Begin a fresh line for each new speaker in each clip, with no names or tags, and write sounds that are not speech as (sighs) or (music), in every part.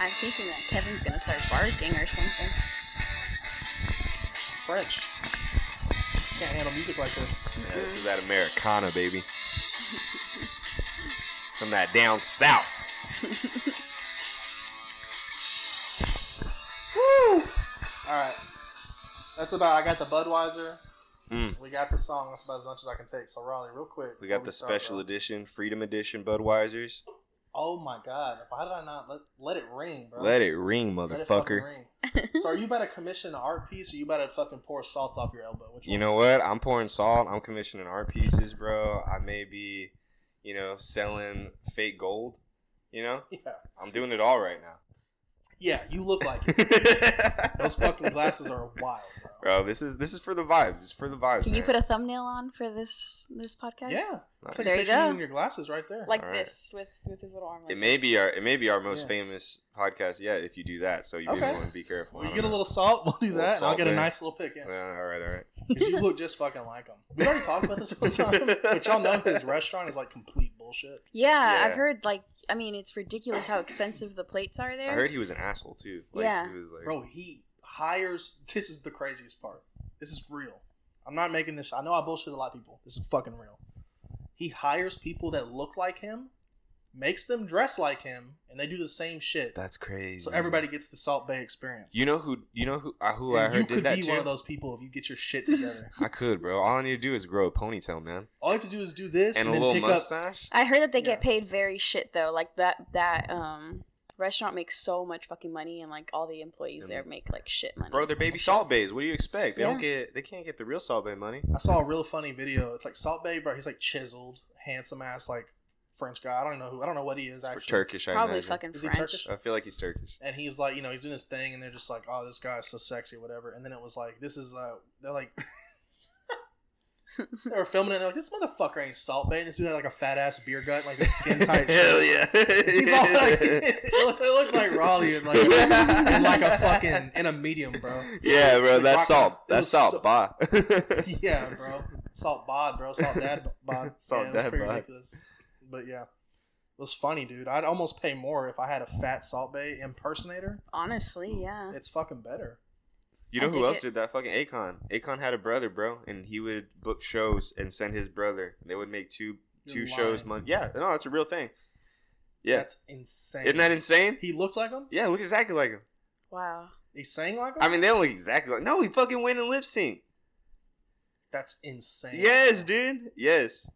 I'm thinking that Kevin's gonna start barking or something.
It's French. Can't handle music like this.
Yeah, this is that Americana, baby. From that down south.
Woo! All right. That's about. I got the Budweiser.
Mm.
We got the song. That's about as much as I can take. So Raleigh, real quick.
We
before
got the
start,
special
bro.
edition, Freedom Edition Budweisers.
Oh my God! Why did I not let let it ring, bro?
Let it ring,
Let it fucking
motherfucker.
ring. so are you about to commission an art piece, or you about to fucking pour salt off your elbow? Which
You
one?
know what? I'm pouring salt. I'm commissioning art pieces, bro. I may be, you know, selling fake gold. You know,
(laughs) Yeah.
I'm doing it all right now. (laughs)
Yeah. You look like it. Those fucking glasses are wild, bro.
Bro, this is this is for the vibes. It's for the vibes.
Can you
man.
put a thumbnail on for this this podcast?
Yeah.
Nice.
It's
There
like there
you
you
go.
in your glasses right there.
Like
All right.
this with with his little arm. Like
It may be our it may be our most
Yeah.
famous podcast yet if you do that. So you
Okay.
really want to be careful.
Well,
I
you
don't
get a
know.
little salt, we'll do
Little
that, and I'll
salt
get a
there.
nice little pic. Yeah.
(laughs) Yeah, all right, all right.
Because (laughs) you look just fucking like him. We already talked about this one (laughs) time, but y'all know his restaurant is like complete bullshit.
Yeah,
Yeah.
I've heard like I mean it's ridiculous how expensive the plates are
I
there.
heard he was an asshole too. Like,
Yeah.
He was like,
Bro, he hires. This is the craziest part. This is real. I'm not making this. I know I bullshit a lot of people. This is fucking real. He hires people that look like him, makes them dress like him, and they do the same shit.
that's crazy.
so everybody gets the Salt Bay experience.
You know who? You know who? Uh, who I
And
heard
you could
did that
be
too.
one of those people if you get your
(laughs)
shit (laughs) together.
I could, bro. All I need to do is grow a ponytail, man,
All you have to do is do this and,
and a
then
little
pick up.
mustache.
I heard that they get
Yeah.
paid very shit though. Like that that um restaurant makes so much fucking money and like all the employees
Yeah.
there make like shit money.
Bro, they're baby salt bays. What do you expect? They don't
Yeah.
get. They can't get the real salt bay money.
I saw a real funny video. It's like Salt Bay, bro. He's like chiseled, handsome ass, like French guy. I don't know who. I don't know what he is
It's for
actually.
Turkish, I
Probably
imagine.
fucking
Is he
French.
Turkish?
I feel like he's Turkish.
and he's like, you know, he's doing his thing, and they're just like, oh, this guy's so sexy, whatever. And then it was like, this is, uh, they're like, they were filming it, and they're like, this motherfucker ain't Salt Bay, and this dude had like a fat ass beer gut, and, like this
(laughs)
skin tight.
Hell yeah.
(laughs) He's all like, it looked- it looked like Raleigh in like, in like a fucking in a medium, bro.
(laughs) Yeah, bro,
Like
that's
rocking-
salt.
it
That's
was
salt.
so-
Bye.
(laughs)
(laughs)
Yeah, bro. Salt bod, bro. Salt dad bod.
Salt
yeah, it was
dad
pretty
bod.
ridiculous. But yeah, it was funny, dude. I'd almost pay more if I had a fat Salt Bay impersonator.
Honestly, yeah.
It's fucking better.
You
I
know who
dig
else
it.
did that? Fucking Akon. Akon had a brother, bro, and he would book shows and send his brother. They would make 2 two
You're
shows
lying.
month. Yeah, no, that's a real thing. Yeah,
That's insane.
isn't that insane?
He looked like him.
Yeah, look exactly like him.
Wow.
He sang like him.
I mean, they don't look exactly like. No, he fucking went and lip sync.
that's insane.
Yes, dude. Yes.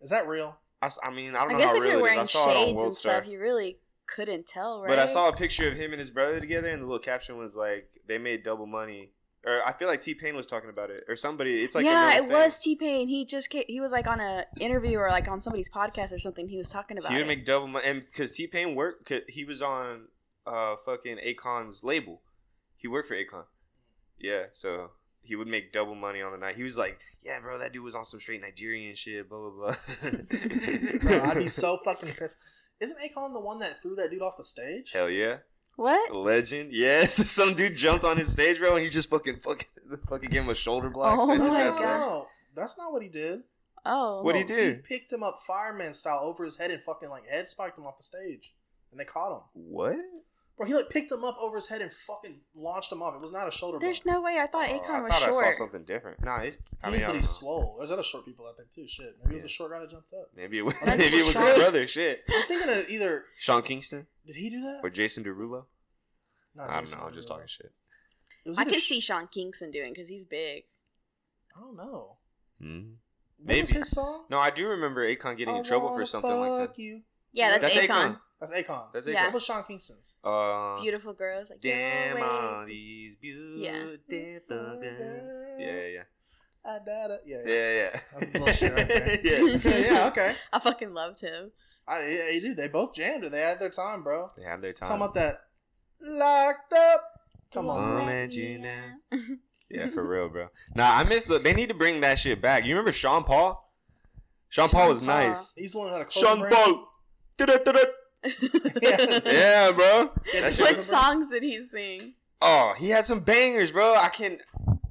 Is that real?
I, s- I mean, I
I,
don't know
guess
how
if
real
you're
it is. I
wearing
saw it on
shades
World
and
Star.
stuff, you really couldn't tell, right?
But I saw a picture of him and his brother together, and the little caption was like, "They made double money." Or I feel like T Pain was talking about it, or somebody. It's like
yeah,
another
it
thing.
was T Pain. He just came, he was like on a interview or like on somebody's podcast or something. He was talking about
He would
it.
make double money, and because T Pain worked, 'cause he was on uh fucking Akon's label. He worked for Akon. Yeah, so he would make double money on the night. He was like, "Yeah, bro, that dude was on some straight Nigerian shit."
(laughs)
Blah blah blah.
Bro, I'd be so fucking pissed. Isn't Akon the one that threw that dude off the stage?
Hell yeah,
what?
legend. Yes, (laughs) some dude jumped on his stage, bro, and he just fucking fucking fucking gave him a shoulder block.
Oh
sent his
my
ass back.
God.
no, that's not what he did.
Oh,
What do you
No, He
do?
picked him up fireman style over his head and fucking like head spiked him off the stage, and they caught him.
What?
Bro, he like picked him up over his head and fucking launched him off. It was not a shoulder.
there's
blow.
no way. I thought
Oh,
Akon
I
was
thought
short.
I saw something different. Nah, it's, I
He
mean,
was,
I
but
don't
he's
know.
swole. There's other short people out there too. Shit, maybe it was
Yeah.
a short guy that jumped up.
maybe it was,
That's
(laughs) maybe it was his
short.
brother. Shit,
I'm thinking of either
Sean Kingston
did he do that?
or Jason Derulo.
Not
I don't
Jason
know. I'm just
Derulo.
talking shit.
It was
I
either
can
sh-
see Sean Kingston doing because he's big.
I don't know. What
Hmm? Maybe.
was his song?
No, I do remember Akon getting
I
in trouble for
wanna
something like
fuck
that.
You.
Yeah, that's,
That's
Akon.
That's Akon.
That's
Yeah.
What
Akon.
was Sean Kingston's?
Uh,
Beautiful girls, like
Damn
"You're
all
way-
these
Yeah.
beautiful girls. Yeah, yeah,
I died a- Yeah,
yeah,
yeah.
yeah.
That's the little shit right there. (laughs)
(laughs) yeah.
yeah, yeah, okay.
I fucking loved him.
I, yeah, you do. They both jammed it. They had their time, bro.
They have their time.
Talking about that locked up. Come on,
Won't
bro.
let you
(laughs)
down. Yeah, for real, bro. (laughs) Nah, I miss the. They need to bring that shit back. You remember Sean Paul? Sean Paul
Sean
was
Paul.
nice.
He's the one who had a clothing
Sean
brand.
Paul. Da-da-da-da.
(laughs) Yeah.
Yeah, bro.
Yeah,
That shit
what songs did he sing?
Oh, he had some bangers, bro. I can.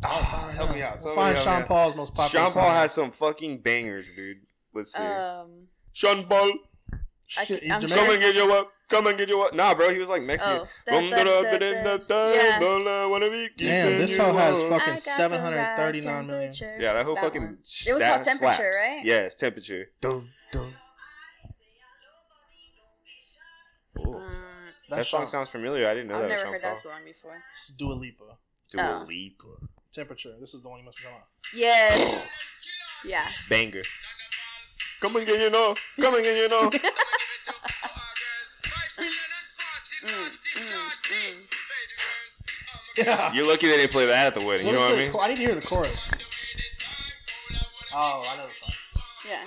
Ah,
Find
help
out.
me out.
We'll
Somebody
Find
help me
Sean
out.
Paul's most popular.
Sean Paul
song.
Uh,
has some fucking bangers, dude. Let's see.
Um,
Sean Paul.
I
Shit,
can't-
he's
I'm
Come and
Jamaican.
sure-
get your what? Come and get your what? Nah, bro, he was like Mexican.
Oh, da- da- da- da- da- Yeah.
Damn,
Damn, this hoe has fucking
I got the right
739 million.
temperature.
Yeah, that whole fucking.
one.
s-
It was
that
called temperature,
slaps.
right?
Yeah, it's temperature. Dun dun. Ooh,
Mm,
that, song sounds familiar. I didn't know
I've
that was
never
Sean
heard
Paul.
that song before.
It's Dua Lipa.
Dua
Oh.
Lipa.
Temperature. This is the one you must be talking about.
Yes. Yeah.
Banger. Come and get your know. Come and get
(laughs)
your know.
Mm, mm, mm.
(laughs)
Yeah.
You're lucky they didn't play that at the wedding. You
What
know
is
what I
the
mean?
cho- I need to hear the chorus. Oh, I know the song.
Yeah.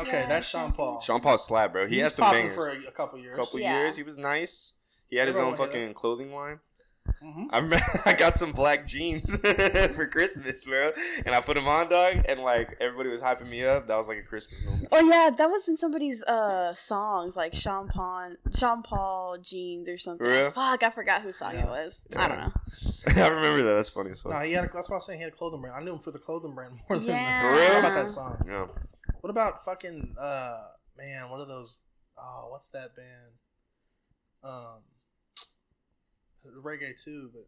Okay,
Yeah,
that's Sean
Sean
Paul.
Sean Paul slap, bro. He,
He
had
was
some
popping
bangers.
for a, a couple years.
couple
Yeah.
years. He was nice. He had his
Everyone
own
wanted
fucking clothing line.
Mhm.
I remember (laughs) I got some black jeans (laughs) for Christmas, bro, and I put them on, dog, and like everybody was hyping me up. That was like a Christmas moment. (laughs)
Oh yeah, that was in somebody's uh songs like Sean Paul, Sean Paul jeans or something.
For real?
Fuck, I forgot whose song
Yeah.
it was.
Yeah.
I don't know.
I remember that. That's funny as fuck.
No, he had. A, that's why I was saying he had a clothing brand. I knew him for the clothing brand more than
Yeah.
the,
For real?
What uh, about that song?
Yeah.
What about fucking uh man? What are those? Oh, what's that band? Um, reggae too, but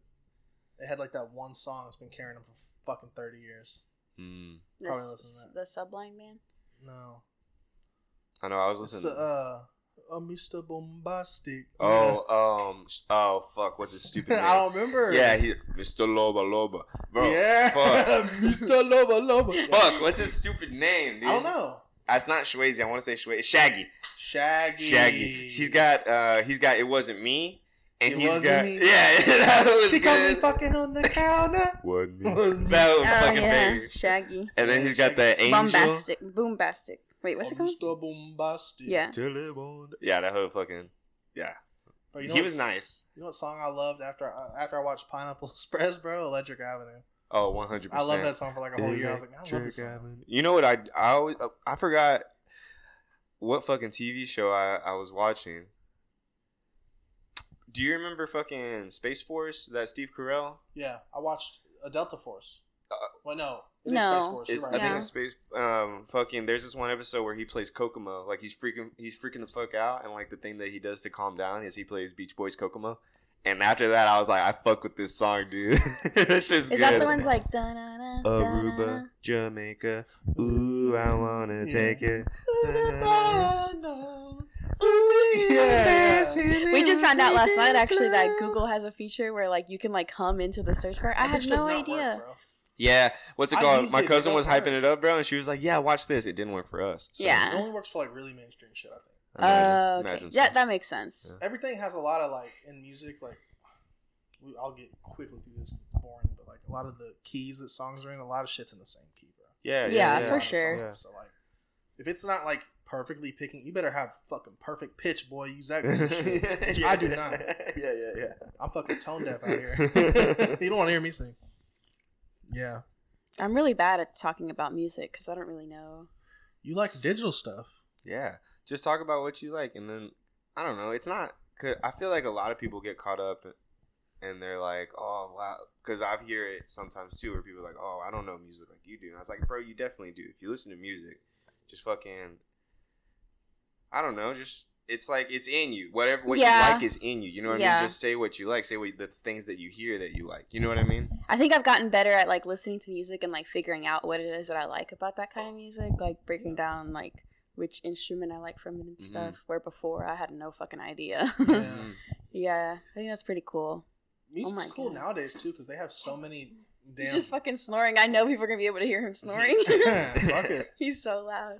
they had like that one song that's been carrying them for fucking thirty years.
Mm.
The,
Probably
s-
listen
the Sublime man.
No,
I know. I was
it's
listening.
uh, uh, Mr. Bombastic.
oh, um, sh- oh, fuck. What's his stupid (laughs)
(laughs)
name?
I don't remember.
Yeah, he, Mr. Loba Loba, bro.
yeah,
Fuck.
(laughs) Mr. Loba Loba.
(laughs) Fuck, what's his stupid name, dude?
I don't know.
It's not Shwazy. I want to say Shwazy. It's Shaggy.
Shaggy.
Shaggy. She's got. Uh, he's got. It wasn't me. And
It
he's
Wasn't
got.
Me.
(laughs) Yeah, that was
She caught me
good.
fucking on the counter.
Wasn't me.
Wasn't me.
That
Oh
was fucking
yeah,
banger.
Shaggy.
And then he's got that angel.
Bombastic, boombastic. Wait, what's it called?
Mr. Bombastic.
Yeah.
Telebond. Yeah, that whole fucking. Yeah,
Bro, you know
he
what's-
was nice.
You know what song I loved after I, after I watched Pineapple (laughs) Express, bro? Electric Avenue.
Oh, one hundred
I
percent.
love that song for like a whole year. I was like, man, I love this
Electric
song.
Island. You know what I I always I forgot what fucking TV show I I was watching. Do you remember fucking Space Force that Steve Carell?
Yeah, I watched a Delta Force.
Uh,
well, no, it is
No.
Space Force. You're
It's-
right.
I think
Yeah.
it's
(laughs)
Space um fucking there's this one episode where he plays Kokomo. Like he's freaking he's freaking the fuck out and like the thing that he does to calm down is he plays Beach Boys Kokomo. And after that I was like I fuck with this song, dude. (laughs) this shit's
Is
good.
that the one's like da na na da-na-na?
Uh, Aruba, Jamaica. Ooh, I wanna
Yeah.
take it. (laughs)
Yeah.
We just found out last night actually that Google has a feature where like you can like hum into the search bar. I
That
had
bitch does
no
not work,
idea. Uh.
bro.
Yeah, what's it
I
called?
used
My
it, it
cousin
don't
was hyping
work.
it up, bro, and she was like, "Yeah, watch this." It didn't work for us. so-
Yeah.
It only works for like really mainstream shit. I think
Uh,
Imagine-
okay.
imagine
Yeah,
so.
that makes sense.
Yeah.
everything has a lot of like in music. Like, we, I'll get quickly through this. 'cause It's boring, but like a lot of the keys that songs are in, a lot of shit's in the same key, bro.
yeah,
Yeah,
Yeah,
for
on the
sure.
song. So like, if it's not like perfectly picking, you better have fucking perfect pitch, boy. Use
(laughs)
that. (laughs) Good shit. I do not.
Yeah, yeah, yeah.
I'm fucking tone deaf out (laughs) here. you don't want to hear me sing. Yeah,
I'm really bad at talking about music because I don't really know.
you like digital stuff.
Yeah, just talk about what you like, and then I don't know. It's not. Cause I feel like a lot of people get caught up, and they're like, "Oh, wow." Because I hear it sometimes too, where people are like, "Oh, I don't know music like you do." And I was like, "Bro, you definitely do. If you listen to music, just fucking, I don't know. Just it's like it's in you. Whatever what
Yeah.
you like is in you. You know what I
Yeah.
mean? Just say what you like. Say what the things that you hear that you like. You know what
(laughs)
I mean?
I think I've gotten better at like listening to music and like figuring out what it is that I like about that kind of music, like breaking down like which instrument I like from it and
Mhm.
stuff. Where before I had no fucking
(laughs)
idea.
Yeah.
Mhm.
yeah, I think that's pretty cool.
Music's
Oh my
cool
God.
nowadays too because they have so many
He's
damn.
just (laughs)
(laughs)
fucking snoring. I know people are gonna be able to hear him
(laughs)
snoring. (laughs)
Fuck it.
He's so loud.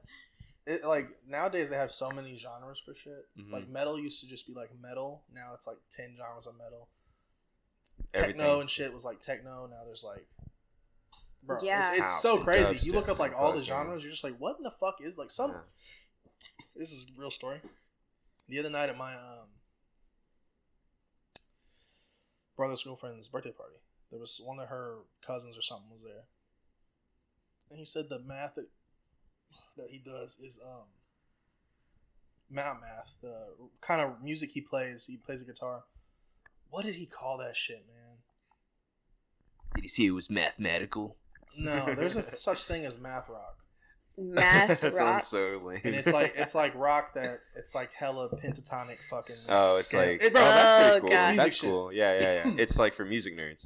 it. Like nowadays they have so many genres for shit.
Mhm.
Like metal used to just be like metal. Now it's like ten genres of metal.
Everything.
techno and shit was like techno. Now there's like, bro,
Yeah.
it's, it's
House
so
and
crazy.
dubstep
You look up like all the
and fucking-
genres, you're just like, what in the fuck is like some?
Yeah.
This is a real story. The other night at my um brother's girlfriend's birthday party, there was one of her cousins or something was there, and he said the math that that he does is um. Not math, the kind of music he plays. He plays a guitar. What did he call that shit, man?
Did you see it was mathematical? (laughs)
No, there's a such thing as math rock.
math
that
rock.
sounds so lame.
and it's
(laughs)
like it's like rock that it's like hella pentatonic fucking.
oh, it's
scale.
like
It-
oh,
bro,
that's pretty
Oh,
cool.
God. It's
music
That's
shit.
cool. Yeah, yeah,
(clears throat)
yeah. it's like for music nerds.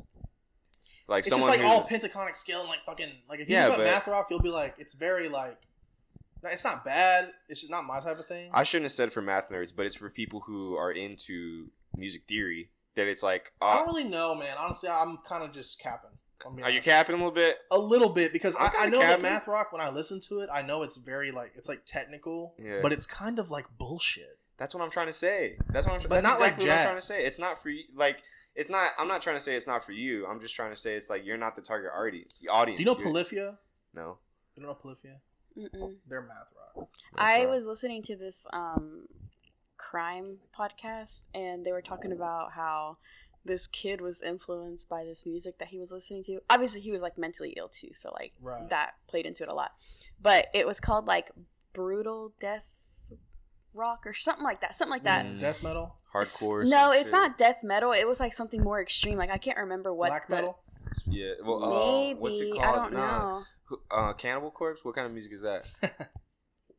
Like
it's just
someone
like
who,
all pentatonic scale and like fucking like if you
Yeah,
think about
but-
math rock, you'll be like it's very like. no, It's not bad. It's just not my type of thing.
I shouldn't have said for math nerds, but it's for people who are into music theory. That it's like,
I
uh,
don't really know, man. Honestly, I'm kind of just capping. I'm being
are you
honest.
capping a little bit?
A little bit because
I'm
I, I
kinda
know that
capping.
math rock. When I listen to it, I know it's very like it's like technical,
Yeah.
but it's kind of like bullshit.
That's what I'm trying to say. That's what I'm. Tr-
But
that's
not like
exactly what I'm trying
jazz.
to say. It's not for you. Like, it's not. I'm not trying to say it's not for you. I'm just trying to say it's like you're not the target audience. The audience.
Do you know
You're-
Polyphia?
No.
You don't know Polyphia?
Mm-mm.
They're math rock.
I
That's
was listening to this um, crime podcast, and they were talking about how this kid was influenced by this music that he was listening to. Obviously, he was like mentally ill too, so like
Right.
that played into it a lot. But it was called like brutal death rock or something like that, something like that.
Mm.
Death metal,
S-
hardcore.
No,
some
it's
shit.
not death metal. It was like something more extreme. Like I can't remember what.
black
the-
metal.
Yeah. Well,
Maybe
uh, what's it called?
I don't
Nah.
know.
Who- Uh, Cannibal Corpse. What kind of music
(laughs)
is that?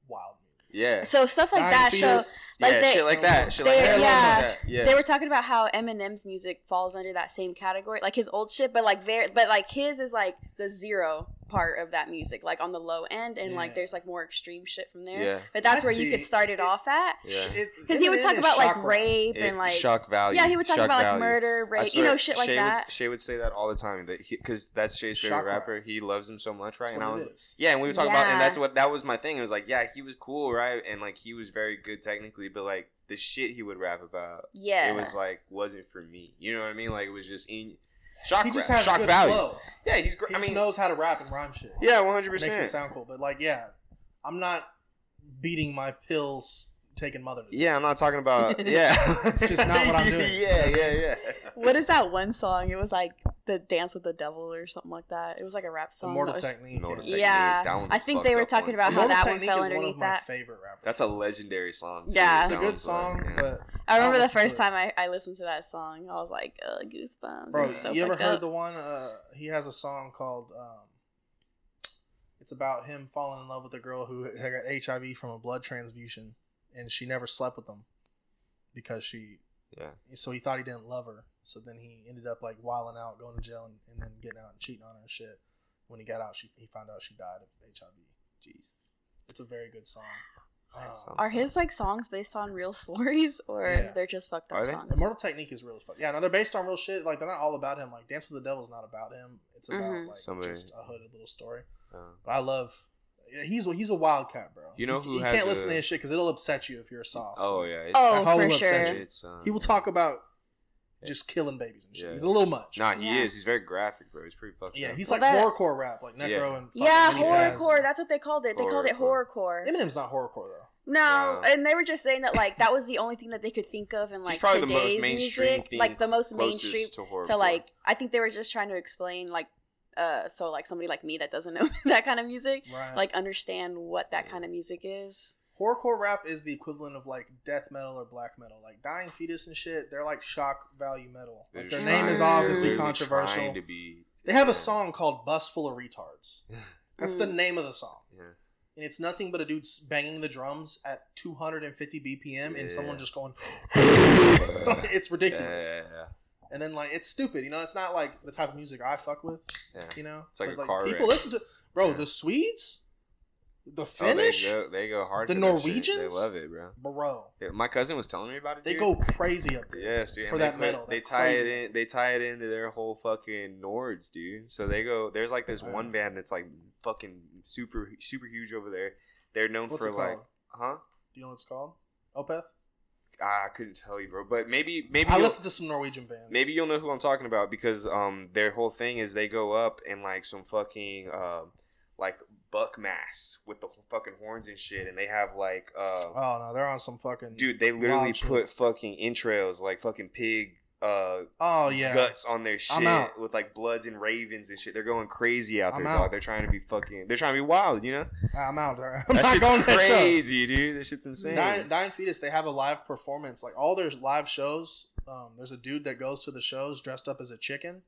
Wild.
Yeah.
So stuff like
Nine
that. So
Fetus.
like
yeah.
they-
shit like that. Shit like
they-
that.
yeah.
like that. Yeah.
They were talking about how Eminem's music falls under that same category, like his old shit, but like very, but like his is like the zero part of that music, like on the low end, and like
Yeah.
there's like more extreme shit from there.
Yeah.
But that's
I
where you could
see.
start it off at,
Yeah.
because he would
Eminem
talk
is
about like
shock rock.
rape
It-
and like
shock value.
yeah, he would talk
shock
about like
value.
murder,
I
rape, you know,
swear,
shit like
Shay
that.
Would, Shay would say that all the time. That because that's Shay's favorite
Shock rock.
rapper. He loves him so much, right?
That's
and
what
I
it
was
is.
Yeah, and we were talking about,
Yeah.
and that's what that was my thing. It was like, yeah, he was cool, right? And like he was very good technically, but like the shit he would rap about,
yeah,
it was like wasn't for me. You know what I mean? Like it was just in shock.
He just
rap,
has
shock
good
value.
flow.
Yeah, he's
He
great. I
just
mean,
knows how to rap and rhyme shit.
yeah, one hundred
makes it
percent.
sound cool. But like, yeah, I'm not beating my pills, taking mother. To
Yeah, I'm not
(laughs)
talking about. Yeah,
It's just not what I'm doing.
(laughs) yeah, yeah, yeah.
what
(laughs)
is that one song? It was like the dance with the devil or something like that. It was like a rap
the
song.
mortal
that was-
technique.
Immortal
Yeah.
Technique, that one's
I think
a
they were
fucked up
talking
one,
about
too.
how
Immortal
that one
Technique
fell
is one
underneath
of my
that.
favorite rappers.
That's a legendary song. too.
Yeah.
it's a
That
good
one's like,
song,
yeah.
but
I remember the
listen to
first
it.
time I, I listened to that song, I was like, uh, goosebumps.
Bro,
It's so
you ever
fucked
heard
up.
the one? Uh, he has a song called. Um, it's about him falling in love with a girl who had got HIV from a blood transfusion, and she never slept with him because she.
Yeah.
So he thought he didn't love her. So then he ended up like wilding out, going to jail, and, and then getting out and cheating on her and shit. When he got out, she he found out she died of HIV.
Jeez.
It's a very good song.
That
Um,
sounds-
Are his like songs based on real stories (laughs) or
Yeah.
they're just fucked up
Are they?
songs?
Immortal Technique is real as fuck. Yeah, no, they're based on real shit. Like they're not all about him. Like Dance with the Devil's not about him. It's about
Mhm.
like
Somebody-
just a hooded little story.
Um,
But I love. He's he's a wild cat, bro.
You know
He-
who
you
has
can't listen
a-
to his shit because it'll upset you if you're soft.
oh yeah. It's,
oh,
That whole
for
lip
sure.
section.
It's, um,
he will talk about just killing babies and shit.
Yeah.
He's a little much.
Nah, he
Yeah.
is. He's very graphic, bro. He's pretty fucked
yeah,
up.
he's
Well,
like
that-
horrorcore rap, like Necro
Yeah.
and fucking
Yeah,
Mini Paz
horrorcore.
and-
That's what they called it. They called it horrorcore.
(laughs) Eminem's not horrorcore though.
No,
Yeah.
and they were just saying that like that was the only thing that they could think of in
He's
like
probably the
today's
most mainstream
music,
thing
like the most
closest
mainstream
to horror.
to like. I think they were just trying to explain like, uh, so like somebody like me that doesn't know (laughs) that kind of music,
Right.
like understand what that kind of music is.
horrorcore rap is the equivalent of like death metal or black metal. Like Dying Fetus and shit, they're like shock value metal. Like, their name is
trying-
obviously
they're
controversial.
To be,
They have a song called Bus Full of Retards. That's the
Mm.
name of the song.
Yeah.
And it's nothing but a dude s- banging the drums at 250 BPM and someone
Yeah.
just
(laughs)
going, (laughs)
yeah,
it's ridiculous.
yeah, Oh,
And then, like, it's stupid. You know, it's not like the type of music I fuck with,
yeah.
you know?
It's like
But,
a car
People
wreck.
listen to, bro,
Yeah.
the Swedes, the
Oh, they
Finnish,
go, they go hard.
The
for that shit. They
Norwegians?
love it, bro.
bro,
Yeah, my cousin was telling me about it.
they
dude.
go crazy up there.
Yes, dude. and
for
they
that
put-
metal.
They
They're
tie
crazy.
it in. They tie it into their whole fucking Nords, dude. So they go. There's like this
Wow.
one band that's like fucking super super huge over there. They're known
What's
for
it
like,
called?
huh?
Do you know what it's called? Opeth?
Ah, I couldn't tell you, bro. But maybe maybe
I
you'll-
listen to some Norwegian bands.
Maybe you'll know who I'm talking about because um their whole thing is they go up in like some fucking um like buck mass with the fucking horns and shit, and they have like uh
Oh, no, they're on some fucking.
dude they literally
wild shit.
put fucking entrails like fucking pig uh
Oh, yeah.
guts on their shit
I'm out.
with like bloods and ravens and shit. They're going crazy out
I'm
there,
out.
dog. They're trying to be fucking. They're trying to be wild, you know.
I'm out. there. (laughs) I'm
That
not
shit's
going to that show.
crazy, dude. That shit's insane.
Dying, Dying Fetus, they have a live performance. Like (laughs) all their live shows, um, there's a dude that goes to the shows dressed up as a chicken.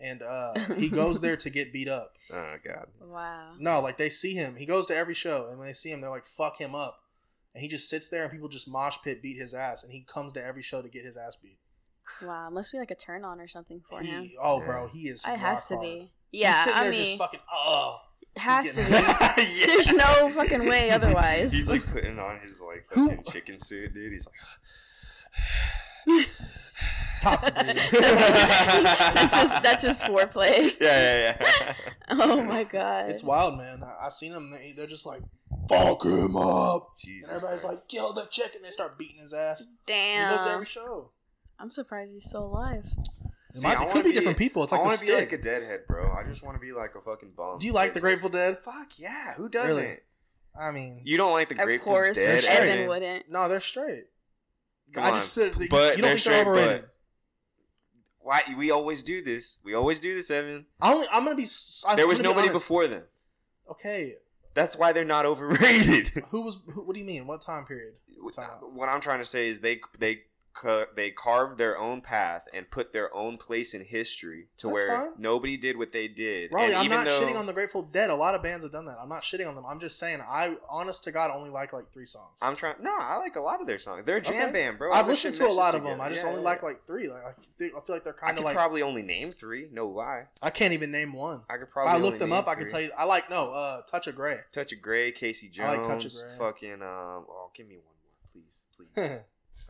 and uh, he goes there to get beat up.
Oh
(laughs)
god. (laughs)
Wow.
No, like they see him. He goes to every show, and when they see him, they're like, "Fuck him up," and he just sits there, and people just mosh pit beat his ass, and he comes to every show to get his ass beat.
Wow. Must be like a turn on or something for him.
He, oh, bro, he is.
It
rock
has to
hard.
be.
He's
Yeah,
sitting
I
there just
mean,
fucking. Oh,
has to
getting-
be.
Yeah.
There's no fucking
(laughs)
way otherwise.
He's like putting on his like fucking chicken suit, dude. He's like
(laughs)
stop. it, dude.
that's his that's his foreplay.
(laughs) Yeah, yeah, yeah.
Oh my god.
It's wild, man. I, I seen them. They, they're just like, "Fuck him up,"
Jesus.
and everybody's
Christ.
like, "Kill the chick," and they start beating his ass. And He goes to
Damn.
every show.
I'm surprised he's still alive.
It,
See,
might- it
I wanna
could be,
be-
different people. It's
I
like the
want to be
stick.
like a deadhead, bro. I just want to be like a fucking bum.
Do you like the
They're just-
Grateful Dead?
Fuck yeah. Who doesn't?
Really? I mean,
You don't like the
Of
Grateful
course,
Dead?
They're
Evan
straight.
wouldn't.
no, they're straight.
Come
I
on.
just said, you
But
don't
they're
think
straight,
they're overrated.
but- Why we always do this? We always do this, Evan.
I only, I'm gonna be. s- I-
There
I'm
was
gonna be
nobody
honest.
before them.
Okay,
That's why they're not (laughs) overrated.
who was? Who, what do you mean? What time period? Time.
what I'm trying to say is they they cu- they carved their own path and put their own place in history to
That's
where
fine.
nobody did what they did.
Raleigh,
and
I'm
even
not
though,
shitting on the Grateful Dead. A lot of bands have done that. I'm not shitting on them. I'm just saying I, honest to God, only like like three songs.
I'm trying. No, I like a lot of their songs. They're a jam
Okay.
band, bro.
I've
That
listened
shit
to a
meshes
lot of
together.
them. I just
Yeah,
only
yeah,
like
yeah.
like three. Like I feel I feel like they're
I
kind
could
of like
probably only name three. No lie.
I can't even name one.
I could
If
probably.
I looked
only
them
name
up. I
three.
could tell you. I like no uh, Touch of Grey. (laughs)
Touch of Grey, Casey Jones.
I like Touch of Grey.
Fucking. Um. Oh, give me one more, please,
(laughs)
please.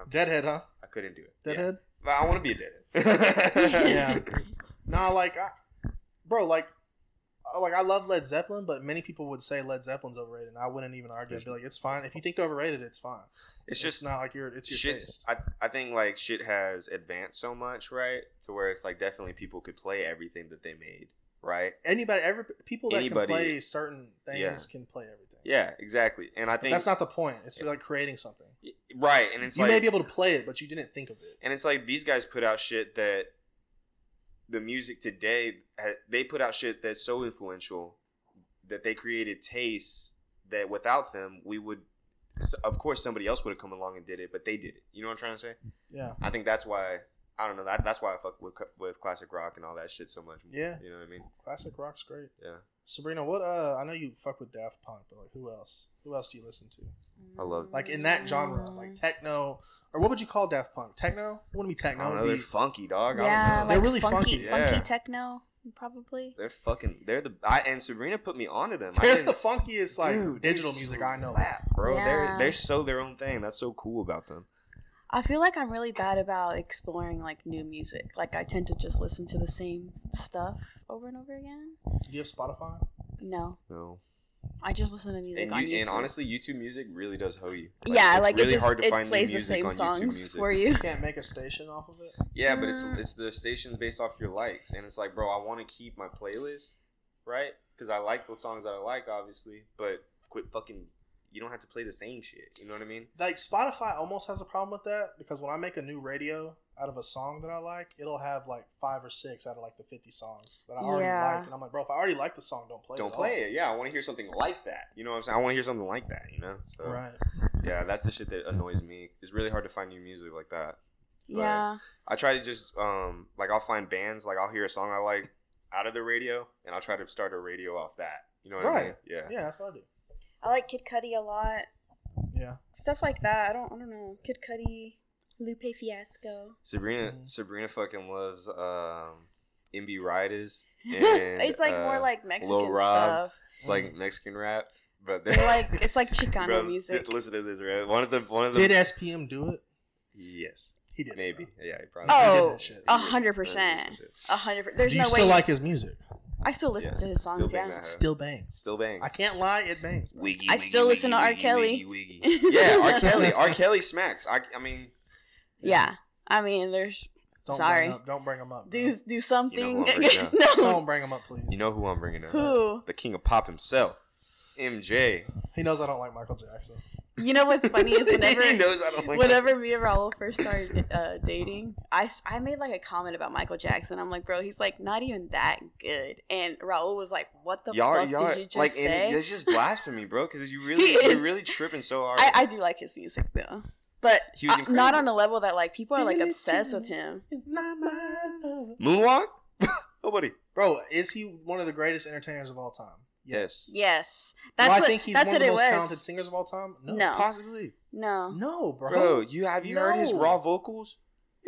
Deadhead, huh?
I couldn't do it. Yeah.
Deadhead.
But I want to be a deadhead.
(laughs) Yeah. Nah, like, I, bro, like, uh, like I love Led Zeppelin, but many people would say Led Zeppelin's overrated, and I wouldn't even argue. I'd be like, it's fine. If you think they're overrated, it's fine.
It's just
not like your it's your
shit's
taste.
I, I think like shit has advanced so much right to where it's like definitely people could play everything that they made right
Anybody, every people that
Anybody-
can play certain things
Yeah.
can play everything.
yeah exactly and i
But
think
that's not the point. It's like creating something.
right and it's
you
like
may be able to play it, but you didn't think of it.
and it's like these guys put out shit that the music today ha- they put out shit that's so influential that they created tastes that without them we would s- of course somebody else would have come along and did it but they did it you know what i'm trying to say
Yeah,
i think that's why i don't know that, that's why i fuck with, cu- with classic rock and all that shit so much
Yeah.
you know what i mean
classic rock's great.
yeah
Sabrina, what? Uh, I know you fuck with Daft Punk, but like, who else? Who else do you listen to?
I love-
Like in that genre,
Mm.
like techno, or what would you call Daft Punk? Techno? It wouldn't be
I
techno.
don't
It'd
know. They're
be-
funky, dog. I
yeah,
don't know.
like
They're really
funky,
funky.
Yeah.
funky techno, probably.
They're fucking. They're the. I and Sabrina put me onto them. I
They're
didn't-
the funkiest like
Dude, they
digital music I know.
slap, bro. They're
Yeah.
they're so their own thing. That's so cool about them.
I feel like I'm really bad about exploring like new music. Like I tend to just listen to the same stuff over and over again.
Do you have Spotify?
No,
No.
I just listen to music
And
on
you, and
YouTube.
honestly, YouTube music really does hoe you.
yeah,
it's
like
really
it just
hard to
it
find new
plays the
music
same
on YouTube
songs
music.
for you.
You can't make a station off of it.
Yeah, but it's
Mm.
it's the stations based off your likes, and it's like, bro, I want to keep my playlist, right? Because I like the songs that I like, obviously. But quit fucking. You don't have to play the same shit. You know what I mean?
Like Spotify almost has a problem with that because when I make a new radio out of a song that I like, it'll have like five or six out of like the fifty songs that I already
Yeah.
like, and I'm like, bro, if I already like the song, don't play. it
Don't
at
play it. Yeah, I want to hear something like that. You know what I'm saying? I want to hear something like that. You know? So
all. Right.
yeah, that's the shit that annoys me. It's really hard to find new music like that.
Yeah,
I try to just um like I'll find bands like I'll hear a song I like out of the radio and I'll try to start a radio off that. You know what I mean?
Right.
Yeah.
Yeah, that's what I do.
I like Kid Cudi a lot.
Yeah.
Stuff like that. I don't. I don't know. Kid Cudi, Lupe Fiasco.
Sabrina
Mm-hmm.
Mhm.
Sabrina fucking loves um MB Riders and
(laughs) it's like more
uh,
like Mexican
Rob. (laughs)
stuff.
Mm.
like Mexican rap, but
They're like
(laughs)
it's like Chicano
Bro,
music.
Listen to this, right? One of the one of the
did SPM do it?
yes,
He did.
maybe yeah, he probably.
He did
Oh,
that shit.
a hundred percent. A hundred. per- There's
do you
no
still
way.
like his music?
I still listen
Yes,
to his
still
songs.
think
Yeah.
that.
Still bangs.
Still bangs.
I can't lie, it bangs. bro.
Wiggy,
I
wiggy,
still listen to
wiggy,
R.
wiggy,
Kelly.
wiggy, wiggy.
(laughs)
yeah, R. Kelly. R. Kelly smacks. I, I mean,
Yeah. I mean, there's
Don't
Sorry.
Bring him up. Don't bring him up. bro.
do do something.
who
(laughs)
I'm right
Don't
no.
bring him up, please.
you know who I'm bringing up?
Who?
The king of pop himself, MJ.
he knows I don't like Michael Jackson.
You know what's funny
(laughs)
is whenever
he knows I don't like
whenever me and Raul first started uh, dating, I, s- I made like a comment about Michael Jackson. I'm like, bro, he's like not even that good. And Raul was like, what the
y'all,
fuck
y'all,
did you just
like,
say?
and it's just blasphemy, bro. Because you really,
is.
you're really tripping so hard.
I, I do like his music though, but
He was
uh, not
incredible.
on the level that like people are like obsessed with him.
In my mind,
Moonwalk. (laughs) Nobody.
Bro, is he one of the greatest entertainers of all time?
Yes.
Yes,
Do
that's
I
what.
think he's
that's
one
what
of the
it
most
was.
talented singers of all time? No.
No.
Possibly.
No,
No, bro.
Bro, you have you heard his
No.
raw vocals?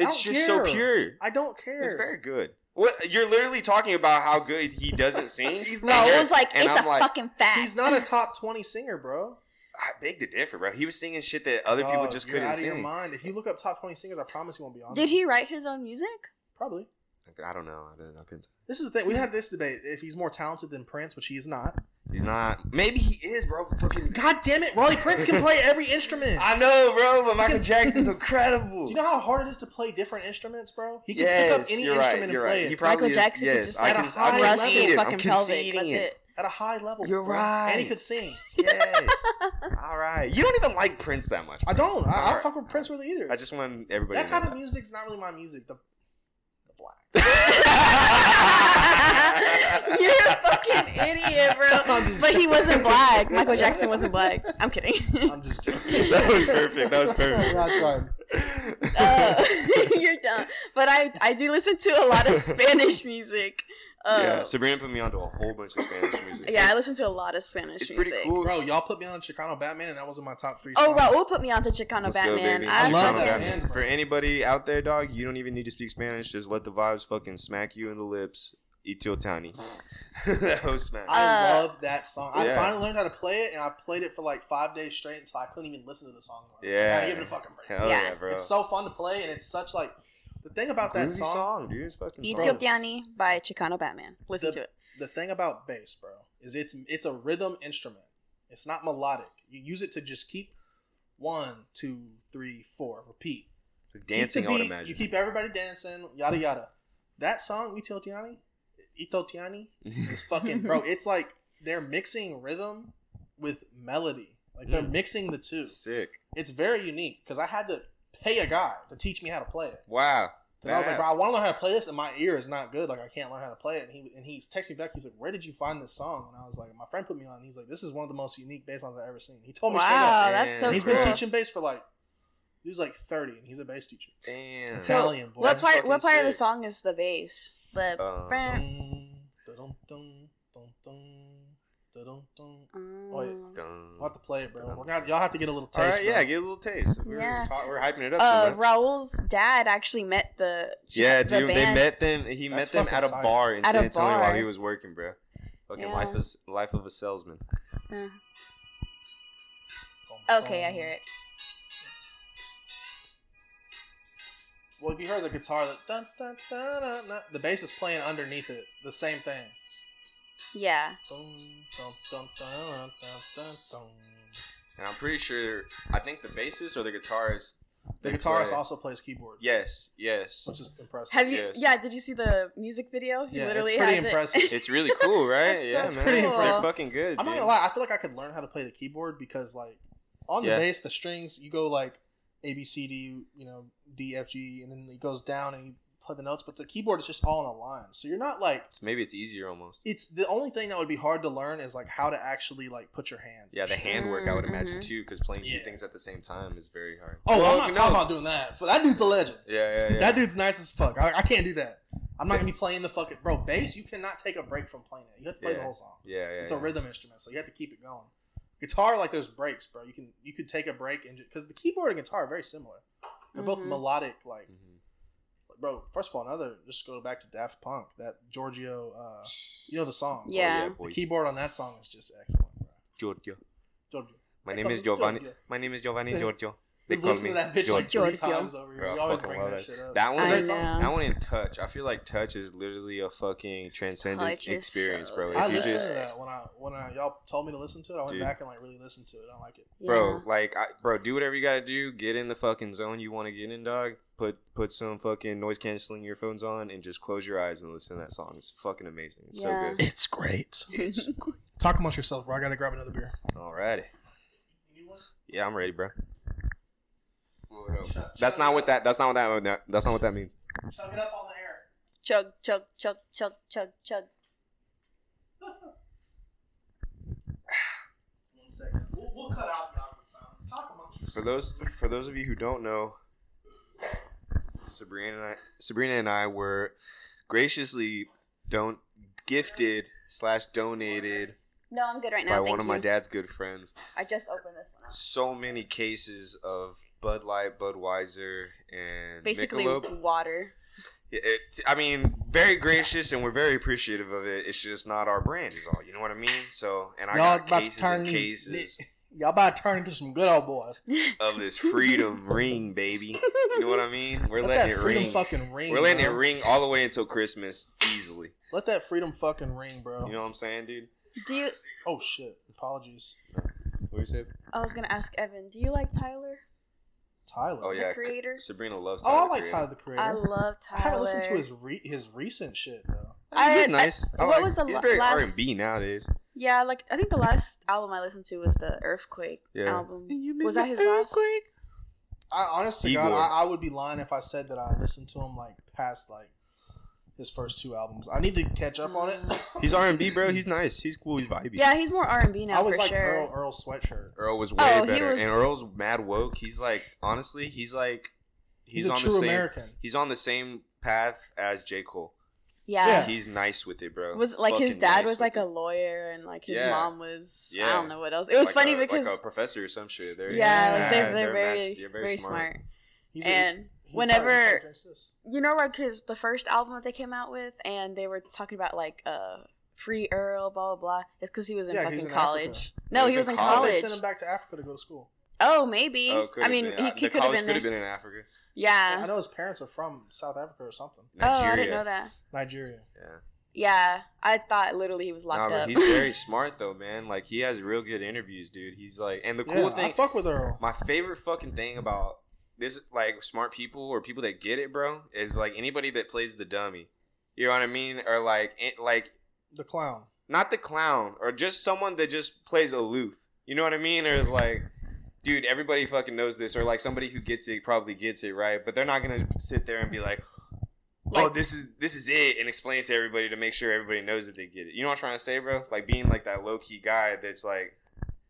I
It's
don't
just so
care.
pure.
I don't care.
It's very good. What you're literally talking about how good he doesn't sing?
He's
no,
not-
And
it was like
and
it's
I'm
a
like,
fucking fact.
He's not a top 20 singer, bro.
I beg to differ, bro. He was singing shit that other people
Dog,
just
you're
couldn't
out of your
sing.
mind. If you look up top 20 singers, I promise you won't be on
Did
there.
he write his own music?
Probably.
I don't know. I, don't, I couldn't.
This is the
Hmm.
thing. We had this debate. If he's more talented than Prince, which he is not.
He's not. Maybe he is, bro.
(laughs)
Fucking.
God damn it. Ronnie Prince
(laughs)
can play every instrument.
I know, bro. But Michael Jackson's incredible.
Do you know how hard it is to play different instruments, bro? He can pick up
yes,
any
you're
instrument
right.
and
You're
play
right. He
it
probably
Michael
is-
Jackson could
yes,
just
I
at
can.
a
I
high
can
level
Rust
see
his
it. I'm
fucking pelvic.
conceding
That's
it.
it.
at a high level.
You're
bro.
right.
And he could sing.
(laughs)
Yes. All right. You don't even like Prince that much.
I don't. I, I
Alright.
don't fuck with Prince really either.
I just want everybody.
that
to know
type of music's not really my music. The,
(laughs)
the black.
that.
(laughs) You're a
(laughs)
fucking idiot,
(laughs)
bro. But he wasn't black. Michael Jackson wasn't black. I'm kidding.
(laughs) I'm just joking.
That was perfect.
(laughs)
That was perfect.
I tried.
Uh, (laughs) you're dumb. But I I do listen to a lot of Spanish music. Uh,
(laughs) yeah, Sabrina put me onto a whole bunch of Spanish music.
yeah, I listen to a lot of Spanish
it's
music.
pretty cool.
Bro, y'all put me on Chicano Batman, and that wasn't my top three.
Oh,
songs.
Raul put me onto Chicano
Let's go,
Batman.
baby.
I,
I love
fucking-
that man.
For anybody out there, dog, you don't even need to speak Spanish. Just let the vibes fucking smack you in the lips. Itil Tani. (laughs) that was smack.
I
Uh,
love that song. I
Yeah.
finally learned how to play it, and I played it for like five days straight until I couldn't even listen to the song. anymore.
Yeah.
gotta give it a fucking break.
Hell yeah,
yeah.
bro.
It's so fun to play, and it's such like the thing about that
Groovy
song,
dude. It's fucking
Di
bro.
Itil
Tiani by Chicano Batman. Listen
The-
to it.
The thing about bass, bro, is it's it's a rhythm instrument. It's not melodic. You use it to just keep one, two, three, four, repeat. Keep
dancing.
the
I would
beat,
imagine.
You keep everybody dancing, yada yada. That song, Ito Tiani, Ito Tiani,
(laughs)
It's fucking bro. It's like they're mixing rhythm with melody. Like they're
Mm.
mixing
(laughs)
the two.
Sick.
It's very unique because I had to pay a guy to teach me how to play it.
Wow.
Because I was like,
Nice.
bro, I want to learn how to play this, and my ear is not good. Like I can't learn how to play it. And he and he's texting me back. He's like, "Where did you find this song?" And I was like, "My friend put me on." He's like, "This is one of the most unique bass lines I've ever seen." He told me straight up.
Wow, that's
Damn.
so
And he's
cool.
been teaching bass for like he was like thirty, and he's a bass teacher.
Damn.
Italian boy.
What
That's
part? What
fucking
part of the
sick.
song is the bass? The
Um,
Dun, dun, dun, dun, dun, dun, dun. wait.
um,
dun.
I'll have to play it, bro. We're gonna, y'all have to get a little
All
taste.
right, yeah,
bro.
get a little taste. We're,
Yeah.
ta- we're hyping it up. so
uh,
much.
Raul's dad actually met the
Yeah,
the
dude, they
band-
met them. He met
That's
them
fucking
at a
tight.
bar in
At a
San Antonio while
bar.
he was working, bro. Fucking
Yeah.
life is life of a salesman.
Uh,
Dun,
okay, I
dun.
hear it.
Well, if you heard the guitar, that dun, dun, dun, dun, dun, the bass is playing underneath it, the same thing.
Yeah.
Dun, dun, dun, dun, dun, dun, dun.
And I'm pretty sure, I think the bassist or the guitarist.
The
they
guitarist
play-
also plays keyboard,
Yes, yes.
which is impressive.
Have you?
Yes.
Yeah. Did you see the music video? He
Yeah, it's
literally
pretty
has
impressive.
(laughs) It.
It's really cool, right?
That's so
yeah, man.
It's
pretty cool.
They're
impressive.
fucking good.
I'm not
dude.
gonna lie. I feel like I could learn how to play the keyboard because, like, on the
Yeah.
bass, the strings you go like A B C D, you know D F G, and then it goes down and you play the notes. But the keyboard is just all in a line, so you're not like
So Maybe it's easier almost.
it's the only thing that would be hard to learn is like how to actually like put your hands.
Yeah, the
and shit.
handwork I would imagine
Mhm.
too, because playing two
Yeah.
things at the same time is very hard.
Oh,
Well,
I'm not
no.
talking about doing that. That dude's a legend.
Yeah, yeah, yeah.
That dude's nice as fuck. I, I can't do that. I'm not gonna
(laughs)
be playing the fucking bro bass. You cannot take a break from playing it. You have to play
Yeah.
the whole song.
Yeah, yeah.
It's a
yeah.
rhythm instrument, so you have to keep it going. Guitar, like there's breaks, bro. You can you could take a break and because the keyboard and guitar are very similar. They're both
Mhm.
melodic, like
Mhm.
bro. First of all, another just go back to Daft Punk. That Giorgio, uh, you know the song.
Yeah.
Oh, yeah boy.
The keyboard on that song is just excellent, bro.
Giorgio.
Giorgio.
My
They
name
call
is
me
Giovanni.
Giorgio.
My name is Giovanni
Yeah.
Giorgio. They
We've
call
listened
me
to that bitch like three
Giorgio.
Giorgio.
times over here.
Bro,
we
I
always
fucking
bring
love
that
that.
shit up.
That one
I
is-
know.
That one in touch. I feel like touch is literally a fucking transcendent
Touch is
experience,
so
bro.
good.
I
If you
listened
just,
to that when I when I y'all told me to listen to it. I went
Dude.
back and like really listened to it. I like it.
bro,
Yeah.
like, I, bro, do whatever you gotta do. Get in the fucking zone you want to get in, dog. Put put some fucking noise canceling earphones on and just close your eyes and listen to that song. It's fucking amazing. It's
Yeah.
so good.
It's great. Talk amongst yourself, bro. I gotta grab another beer.
Alrighty. Yeah, I'm ready, bro. That's not what that. That's not what that- that. That's not what that means.
Chug it up on the air.
(laughs) Chug chug chug chug chug chug.
One second. We'll, we'll cut out the awkward silence. Talk amongst
For those for those of you who don't know, Sabrina and I, Sabrina and I were graciously Don't gifted slash donated
No, I'm good right now.
by
thank
one of my
you.
dad's good friends.
I just opened this one up.
So many cases of Bud Light, Budweiser, and
Basically,
Michelob.
water. (laughs)
Yeah, It, I mean, very gracious, and we're very appreciative of it. It's just not our brand, is all. You know what I mean? So, and I
Y'all
got
about to
cases
turn
and
these-
cases
Y'all about to turn into some good old boys.
of
(laughs)
this freedom ring, baby. You know what I mean? We're
Let
letting
that
it
freedom
ring.
fucking ring.
We're letting it
bro.
ring all the way until Christmas easily.
Let that freedom fucking ring, bro.
You know what I'm saying, dude?
(laughs) Do you?
Oh shit. Apologies,
What you say?
I was gonna ask Evan. Do you like Tyler,
Tyler.
Oh yeah,
the creator?
Sabrina loves.
Oh,
Tyler,
I like
the
Tyler
Creator.
the Creator.
I love Tyler.
I haven't listened to his re- his recent shit though.
I-
he's
I-
nice. I
what
like
was
him.
the
he's
la-
very
last-
R&B nowadays.
Yeah, like I think the last album I listened to was the Earthquake
Yeah.
album. Was that his last?
I honestly, God,
Igor.
I, I would be lying if I said that I listened to him like past like his first two albums. I need to catch up on it.
He's R&B,
(laughs)
bro. He's nice. He's cool. He's vibey.
Yeah, he's more R and B now
I was
for
like
sure.
Earl Earl sweatshirt.
Earl was way
Oh, he
better,
was-
and Earl's mad woke. He's like, honestly, he's like,
He's,
he's,
a
on
true
the same.
American.
He's on the same path as J Cole.
yeah.
He's nice with it, bro.
Was like his
Fucking
dad
nice
was
with
like
it.
a lawyer and like his
Yeah.
mom was I
Yeah.
don't know what else. It was
Like
funny
a-
because
like a professor or some shit. They're,
yeah, like, they're,
Yeah,
they're,
mad-
very
yeah,
very, smart.
He's a-
And
he probably- he probably
whenever
drinks this.
you know like his the first album that they came out with and they were talking about like uh free earl blah blah blah it's because he was in
Yeah, he
fucking
was in
college
Africa.
no he was, in
they
college,
sent him back to Africa to go to school.
oh maybe
Oh, could've
i mean
been.
he,
Uh,
he
the
could have been,
college could
there.
have been in Africa.
yeah
I know his parents are from South Africa or something.
oh i didn't know
Nigeria.
that
Nigeria.
Yeah.
yeah i thought literally he was
Nah,
locked
but
up
he's
(laughs)
very smart though, man. Like he has real good interviews, dude. He's like, and the cool
yeah,
thing,
I fuck with Earl.
my favorite fucking thing about this, like smart people or people that get it, bro, is like anybody that plays the dummy. You know what I mean? Or like, it- like
the clown.
not the clown, or just someone that just plays aloof. You know what I mean? Or is like, dude, everybody fucking knows this, or like somebody who gets it probably gets it right, but they're not gonna sit there and be like, oh,
Like-
this is this is it, and explain it to everybody to make sure everybody knows that they get it. You know what I'm trying to say, bro? Like being like that low key guy that's like,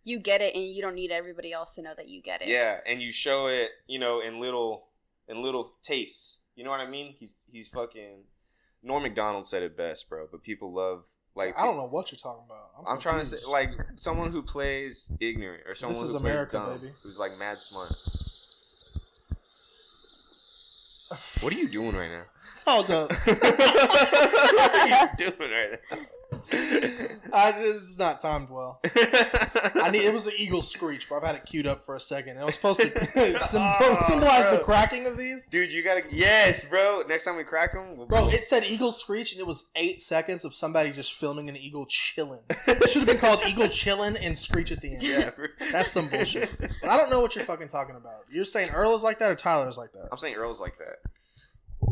you get it and you don't need everybody else to know that you get it
yeah, and you show it, you know, in little in little tastes. You know what I mean? He's he's fucking. Norm Macdonald said it best, bro. But people love like
I don't know what you're talking about. I'm,
I'm trying to say,
confused.
like, someone who plays ignorant or someone
is
who
America,
plays dumb,
baby.
who's like
(sighs)
mad smart. What are you doing
(laughs)
right now?
(laughs) hold up.
what are you doing right now?
I, it's not timed well. I need. It was an eagle screech, but I've had it queued up for a second. And I was supposed
(laughs)
to symbol,
Oh,
symbolize the
bro.
cracking of these.
(laughs) dude. You gotta, yes, bro. Next time we crack them, we'll
Bro, it said eagle screech, and it was eight seconds of somebody just filming an eagle chilling. It should have been called eagle chilling and screech at the end.
(laughs) (laughs) yeah, bro.
(laughs) That's some
(laughs)
bullshit. But I don't know what you're fucking talking about. You're saying Earl is like that or Tyler is like that?
I'm saying Earl's like that.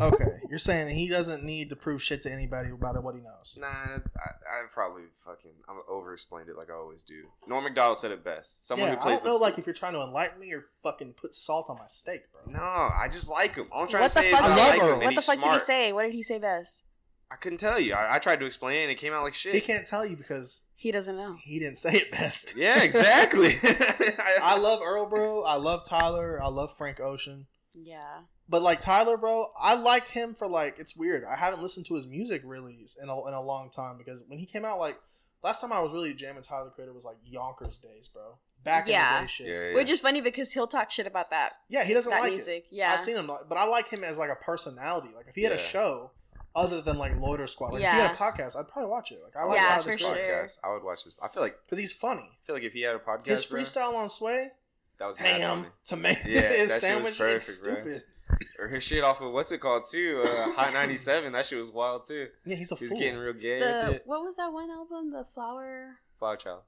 Okay, you're saying he doesn't need to prove shit to anybody about what he knows.
Nah, I, I probably fucking I'm over explained it like I always do. Norm Macdonald said it best. Someone
yeah,
who plays
I don't know,
the
like if you're trying to enlighten me or fucking put salt on my steak, bro.
No, I just like him. All I'm trying
What
to
the
say is
fuck
I
did-
like
I love
him. and
Earl.
what the
he's
fuck
smart.
did he say what did he say best
I couldn't tell you. I, I tried to explain it, and it came out like shit.
He can't tell you because
he doesn't know
he didn't say it best.
(laughs) Yeah, exactly.
(laughs) I
I,
love Earl, bro. I love Tyler. I love Frank Ocean.
yeah
But like Tyler, bro, I like him for like it's weird. I haven't listened to his music really in a, in a long time because when he came out, like last time I was really jamming Tyler the Creator was like Yonkers days, bro. Back in
Yeah.
the day, shit.
yeah, yeah.
which is funny because he'll talk shit about that
Yeah, he doesn't
that
like it.
music yeah
I've seen him, like- but I like him as like a personality. Like if he had a
Yeah.
show other than like Loiter Squad, like if he had a
Yeah.
podcast, I'd probably watch it. Like I
(laughs) I
like
would
Yeah,
yeah,
watch
for
his
sure.
podcast. I would watch his. I feel like
because he's funny.
I feel like if he had a podcast,
His
bro,
freestyle on Sway,
that was mad
ham,
funny.
tomato,
Yeah, that shit was
sandwich, it's
perfect, bro.
stupid.
Or his shit off of what's it called too? Uh,
(laughs)
High ninety seven. That shit was wild too.
Yeah, he's a
He was
fool.
getting real gay with
the
it.
what was that one album the flower
Flower Child.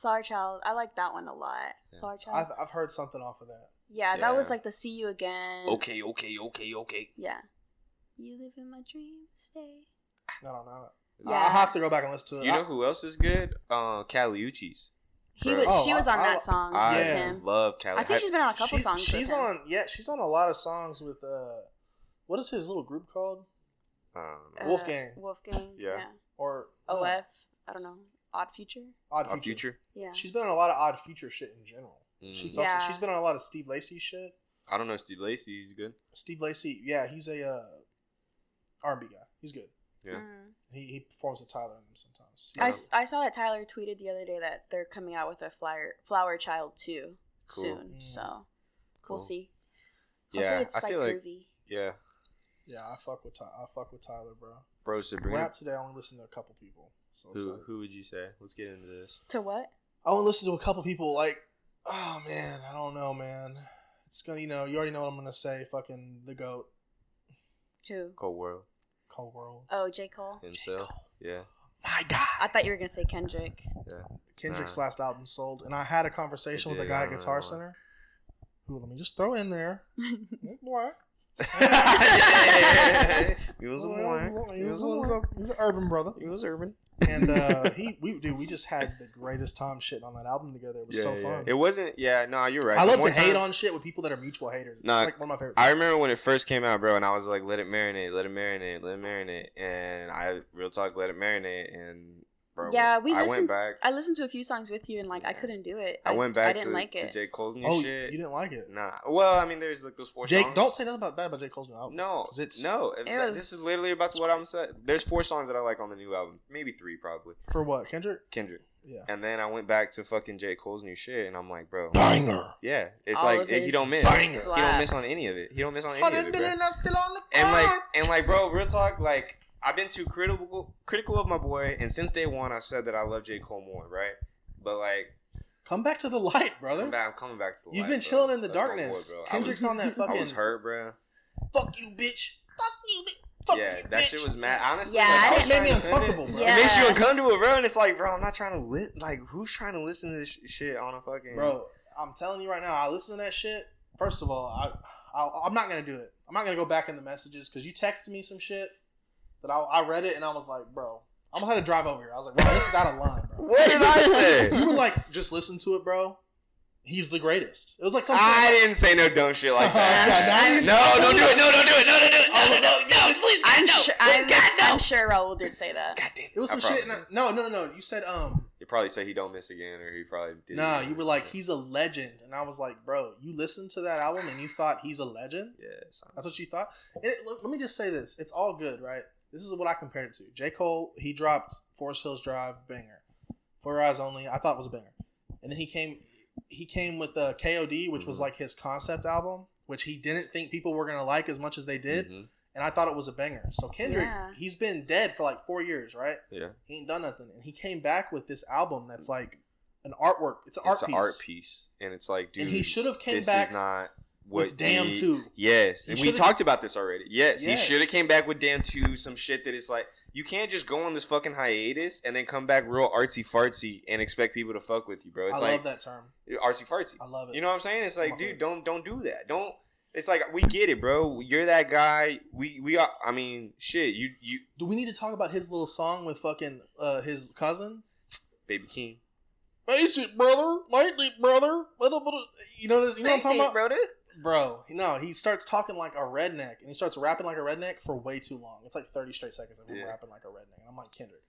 flower child i like that one a lot
Yeah.
flower child
I've, I've heard something off of that.
yeah, that was
Yeah.
like the see you again
Okay, okay, okay, okay.
yeah you live in my dream stay
I don't know.
Yeah.
I'll have to go back and listen to it.
You
I-
know who else is good? Uh, Cali Uchis.
he
Bro.
was
Oh,
she was
I-
on
I-
that song
I
with
Yeah.
him
love Cali.
Um, i think she's been on a couple
She-
songs with
She's
him.
on. Yeah, she's on a lot of songs with uh, what is his little group called?
Um,
Uh,
Wolfgang. Oh.
wolfgang
Yeah.
yeah,
Or no,
of i don't know odd future
Odd Future.
Odd future.
yeah
She's been on a lot of Odd Future shit in general. She
Mm.
fucks,
Yeah.
She's been on a lot of Steve Lacy shit.
I don't know. Steve Lacy. He's good.
Steve Lacy, yeah, he's a uh, R&B guy. He's good.
Yeah.
Mhm.
He, he performs with Tyler in them sometimes.
I,
Yeah.
s- I saw that Tyler tweeted the other day that they're coming out with a flower flower child too
Cool.
soon.
Mm.
So
Cool.
we'll see.
Yeah,
Hopefully it's
I
like
feel like-
groovy.
Yeah,
Yeah, I fuck with Ty- I fuck with Tyler, bro.
bro, Sabrina.
Rap today, I only listened to a couple people. So it's
Who
like-
who would you say? Let's get into this.
To what?
I only listened to a couple people. Like, oh man, I don't know, man. It's gonna, you know, you already know what I'm gonna say. Fucking the goat,
Who?
Cold World
Cold World.
Oh, J Cole.
himself.
(laughs)
Yeah, (laughs)
My God,
I thought you were gonna say Kendrick. (laughs)
Kendrick's
Nah.
last album sold, and I had a conversation
It
with a
did,
guy
I
at
don't
Guitar
know.
Center. Who? Let me just throw in there.
(laughs)
Nick (laughs) Black.
He was a
Well,
black.
He
He
Oh, was, he
was a
was,
black.
a- he's an urban brother.
He was urban.
(laughs) And (laughs) uh, he, we, dude, we just had the greatest time shitting on that album together. It was so fun.
It wasn't. Yeah, no, you're right.
I
The
love
more
to hate
time-
on shit with people that are mutual haters. It's
Nah,
like one of my favorite.
I
things.
remember when it first came out, bro, and I was like, "Let it marinate, let it marinate, let it marinate," and I real talk, let it marinate, and bro,
Yeah, we
I
listened-
went back.
I listened to a few songs with you and like I
Yeah.
couldn't do it.
I, went back
I didn't
to,
like
to
it.
Jake Cole's new
Oh,
shit.
you didn't like it,
Nah, well, I mean, there's like those four.
Jake?
songs.
Don't say nothing about bad about Jake Cole's new album.
No,
'Cause it's
no. and
It
that-
was-
This is literally about what I'm saying. There's four songs that I like on the new album, maybe three, probably
for what Kendrick?
Kendrick.
Yeah,
And then I went back to fucking J Cole's new shit, and I'm like, bro,
banger.
yeah, it's
All
like
of
it,
his
he don't miss.
Banger.
He don't
slaps.
miss on any of it. He don't miss on any of it, bro.
still on the
And like, and like, bro, real talk. Like, I've been too critical, critical of my boy, and since day one, I said that I love J Cole more, right? But like,
come back to the light, brother.
I'm, back, I'm coming back to the.
You've
light,
been
bro.
chilling in the
That's my
darkness.
boy, bro.
Kendrick's on that
(laughs) I was,
fucking
I was hurt, bro.
fuck you, bitch. Fuck you, bitch. Fuck
yeah,
you, bitch.
that shit was mad. Honestly,
Yeah,
like,
I
I was
That shit made me
trying to defend it.
uncomfortable, bro.
Yeah.
It makes you uncomfortable, bro. And it's like, bro, I'm not trying to lit. Like, who's trying to listen to this sh- shit on a fucking
Bro, I'm telling you right now, I listen to that shit. First of all, I, I I'm not gonna do it. I'm not gonna go back in the messages because you texted me some shit that I, I read it and I was like, bro, I'm gonna have to drive over here. I was like, wow, this is out of line,
(laughs)
bro.
What did
(laughs)
(laughs)
I say?
You were like, just listen to it, bro. He's the greatest. It was like something.
I didn't say no dumb shit like
(laughs) Yeah,
that.
now you- Oh,
no, don't do it. No, don't do it. No, don't do it. No, no, no, no. Please, God,
I'm,
no.
su-
Please,
I'm,
God, no.
I'm sure Raul did say that.
God damn.
It was
I
some shit. And I,
probably-
no, no, no, no. You said um.
You probably say he don't miss again, or he probably did.
Nah, you were like he's a legend, and I was like, bro, you listened to that album and you thought he's a legend.
Yeah, something.
That's what you thought. And it, let, let me just say this: it's all good, right? This is what I compared it to. J. Cole, he dropped Forest Hills Drive banger, Four Eyes Only. I thought was a banger, and then he came, he came with uh, the K.O.D., which was
Mhm.
like his concept album, which he didn't think people were gonna like as much as they did,
Mhm.
and I thought it was a banger. So Kendrick,
Yeah.
he's been dead for like four years, right?
Yeah,
He ain't done nothing, and he came back with this album that's like an artwork. It's an art
it's an
piece,
art piece, and it's like, dude,
and he should have came
this
back
is not what
with Damn
we-
Two.
Yes,
He
and we
should've-
talked about this already. Yes,
Yes.
he should have came back with Damn Two, some shit that is like you can't just go on this fucking hiatus and then come back real artsy fartsy and expect people to fuck with you, bro. It's
I
like
love that term.
artsy fartsy.
I love it.
You know what I'm saying? It's
It's
like,
my
dude,
favorite.
don't don't do that. Don't. It's like we get it, bro. You're that guy. We we are. I mean, shit. You you
Do we need to talk about his little song with fucking uh, his cousin?
baby king.
Face it, brother. Light it, brother. Little bit of- you know this. You know what I'm talking about,
brother?
bro? No, he starts talking like a redneck, and he starts rapping like a redneck for way too long. It's like 30 straight seconds of him
Yeah.
rapping like a redneck, and I'm like Kendrick.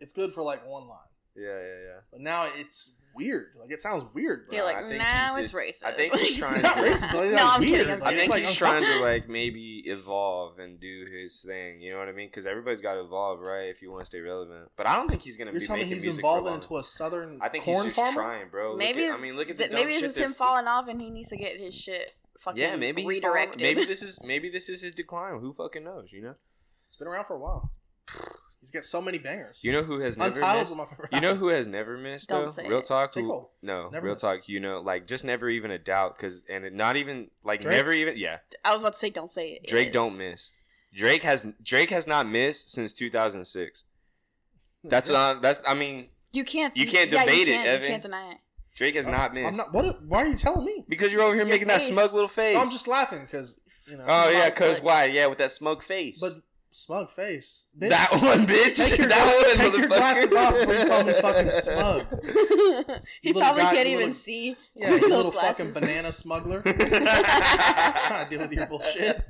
It's good for like one line,
Yeah, yeah, yeah.
but now it's weird. Like it sounds weird, bro.
You're like,
I think
"Now
he's
it's
just- I
racist."
think
(laughs)
he's trying
Not
to-
racist, but it's
No,
like
I'm
weird.
kidding, I'm
bro.
I
It's oh.
think
like,
he's
I'm-
trying
(laughs)
to like maybe evolve and do his thing. You know what I mean? Because everybody's got to evolve, right? If you want to stay relevant. But I don't think he's gonna
You're
be
telling
making
me he's
music for
evolving
long.
into a southern
I think he's
corn
just
farmer.
trying, bro. Look
Maybe
at- I mean, look at the
th-
dumb
maybe
shit
this is
that-
him falling off and he needs to get his shit fucking
Yeah, maybe he's falling-
redirected.
maybe this is maybe this is his decline. Who fucking knows? You know.
It's been around for a while. He's got so many bangers.
You know who has never
Untitled's
missed.
one of my favorite
You
(laughs)
know
albums.
who has never missed
Don't
though?
say
Real
it.
talk.
J.
Who,
Cole.
No,
Never
real
missed.
talk. You know, like just never even a doubt, cause and it- not even like
Drake?
never even yeah.
I was about to say, don't say it.
Drake
Yes.
don't miss. Drake has Drake has not missed since 2006. That's
Yeah.
not that's I mean
You can't.
You can't
yeah,
debate it,
can't-
Evan.
You can't deny
(laughs)
it.
Drake has
I'm-
not missed
I'm not. What? Why are you telling me?
because you're over here
Your
making that
face.
smug little face.
No, I'm just laughing because you know.
oh yeah,
Smug
cause
face.
why? Yeah, with that smug face.
But smug face. bitch.
that one, bitch.
(laughs)
(laughs)
Take your-
that one,
take your
motherfucker.
glasses off before you call
(laughs)
me fucking smug.
he
little
probably
guy-
can't
you
even
little-
see.
(laughs) Yeah,
(laughs)
you
those
little fucking
glasses.
banana
(laughs)
smuggler. Trying to
banana.
deal with your bullshit,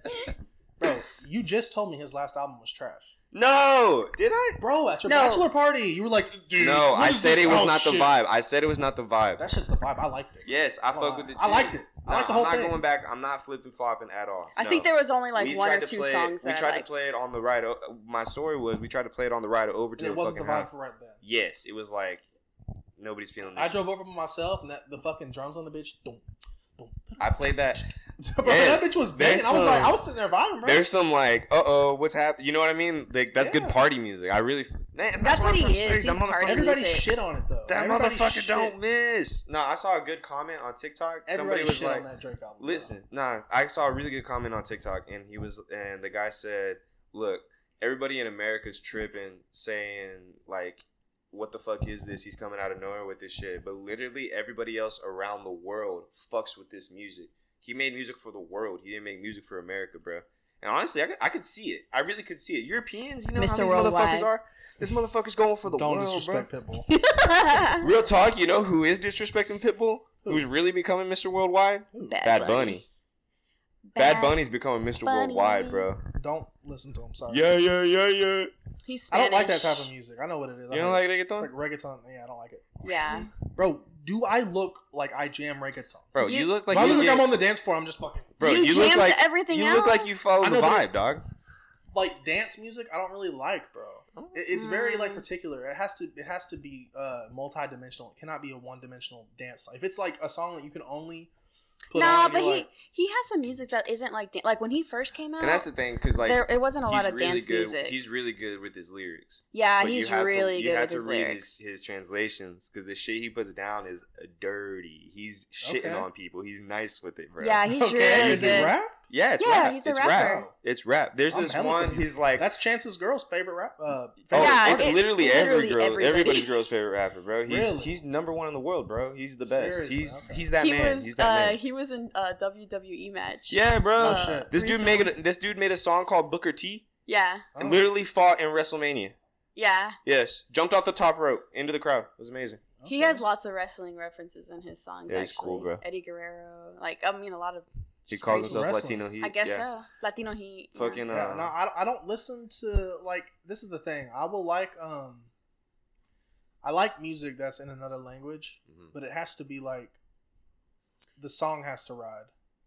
bro. You just told me his last album was trash,
No, did I?
bro. At your
No.
bachelor party, you were like, dude.
no,
what
I
is
said
this
it was
house
not the
shit?
vibe. I said it was not the vibe.
That's just the vibe. I liked it.
yes, I
I'm not
fuck with it.
lying. I liked
too.
it. I like the whole
am not
thing.
going back. I'm not flipping flopping at all.
I
No.
think there was only like
We
one
tried
or
to
two
play it-
songs
We
that
tried
I
to
liked.
play it on the ride. O- my story was we tried to play it on the ride over to
and it
the
wasn't the
fucking
vibe
house.
for right then.
Yes, it was like nobody's feeling. This
I
shit.
drove over by myself, and that the fucking drums on the bitch. Boom, boom.
I played that.
(laughs) Bro,
Yes,
that bitch was
there's
banging. I was like,
some-
I was sitting there vibing, bro.
There's some like, uh oh, what's happening? You know what I mean? Like that's
Yeah.
good party music. I really. Man, that's,
That's
what,
what
I'm
he
trying to
is.
say. That
He's
motherfucker-
party
Everybody
music.
shit on it though.
That
Everybody
motherfucker
shit.
don't miss. No, I saw a good comment on TikTok.
Everybody
Somebody was
shit
like,
on that Drake album. bro.
"Listen, nah." I saw a really good comment on TikTok, and he was, and the guy said, "Look, everybody in America's tripping, saying like, what the fuck is this? He's coming out of nowhere with this shit." But literally, everybody else around the world fucks with this music. He made music for the world. He didn't make music for America, bro. And honestly, I could, I could see it. I really could see it. Europeans, you know
Mr.
how these
Worldwide.
motherfuckers are. This motherfucker's going for the
don't
world, bro.
disrespect Pitbull.
Real talk, you know who is disrespecting Pitbull? Who's really becoming Mr. Worldwide? Bad Bunny. Bad, Bunny's becoming Mr.
Bunny.
Worldwide, bro.
Don't listen to him. Sorry.
Yeah, yeah, yeah, yeah.
He's
I
Spanish.
don't like that type of music. I know what it is. I
You
hate
don't
it.
like reggaeton,
It's like reggaeton. Yeah, I don't like it.
Yeah.
Bro, do I look like I jam reggaeton?
bro? You,
You-
look
Like
like
I
you
look like
get,
I'm on the dance floor. I'm just fucking
bro.
You
You, look
jam to
like
everything
you look like you
else?
follow
I
the
know, but-
vibe, dog.
like dance music. I don't really like, bro. It, it's very
Mm.
like particular. It has to. It has to be uh multi-dimensional. It cannot be a one-dimensional dance. If it's like a song that you can only put
No,
on,
but
and
he
you're like,
he has some music that isn't like dan- like when he first came out.
And that's the thing, because like
there it wasn't a
he's
lot of
really
dance
good.
music.
He's really good with his lyrics.
yeah,
But you
he's
had to-
really
you
good
had
with
to
his
read
lyrics.
His, his translations, because the shit he puts down is dirty. He's shitting
Okay.
on people. He's nice with it, bro.
yeah, he's
okay,
really
is
good.
it rap?
yeah, it's
Yeah,
rap.
he's a
it's
rapper.
rap. It's rap. There's
I'm
this
hella
one.
confused.
He's like
That's Chance's girl's favorite rap. Uh,
Oh,
favorite
Yeah, it's-
it's,
artist.
literally
it's
every
literally
girl,
everybody.
everybody's girl's favorite rapper, bro. He's
Really?
he's number one in the world, bro. He's the best.
Seriously,
he's
okay.
he's that
he
man.
was
he's that
uh,
man.
he was in a WWE match.
Yeah, bro.
Oh,
Uh,
shit.
this dude
recently.
made a, this dude made a song called Booker T.
Yeah,
Oh.
And literally fought in WrestleMania.
yeah.
Yes, jumped off the top rope into the crowd. It was amazing.
He
Okay.
has lots of wrestling references in his songs.
Yeah, he's
actually.
cool, bro.
Eddie Guerrero, like I mean, a lot of.
He
just
calls
crazy-
himself
wrestling.
Latino. He,
I guess
yeah.
so. Latino he. yeah.
Fucking uh,
Yeah, no, I, I don't listen to like this is the thing. I will like um I like music that's in another language,
mhm.
but it has to be like the song has to ride.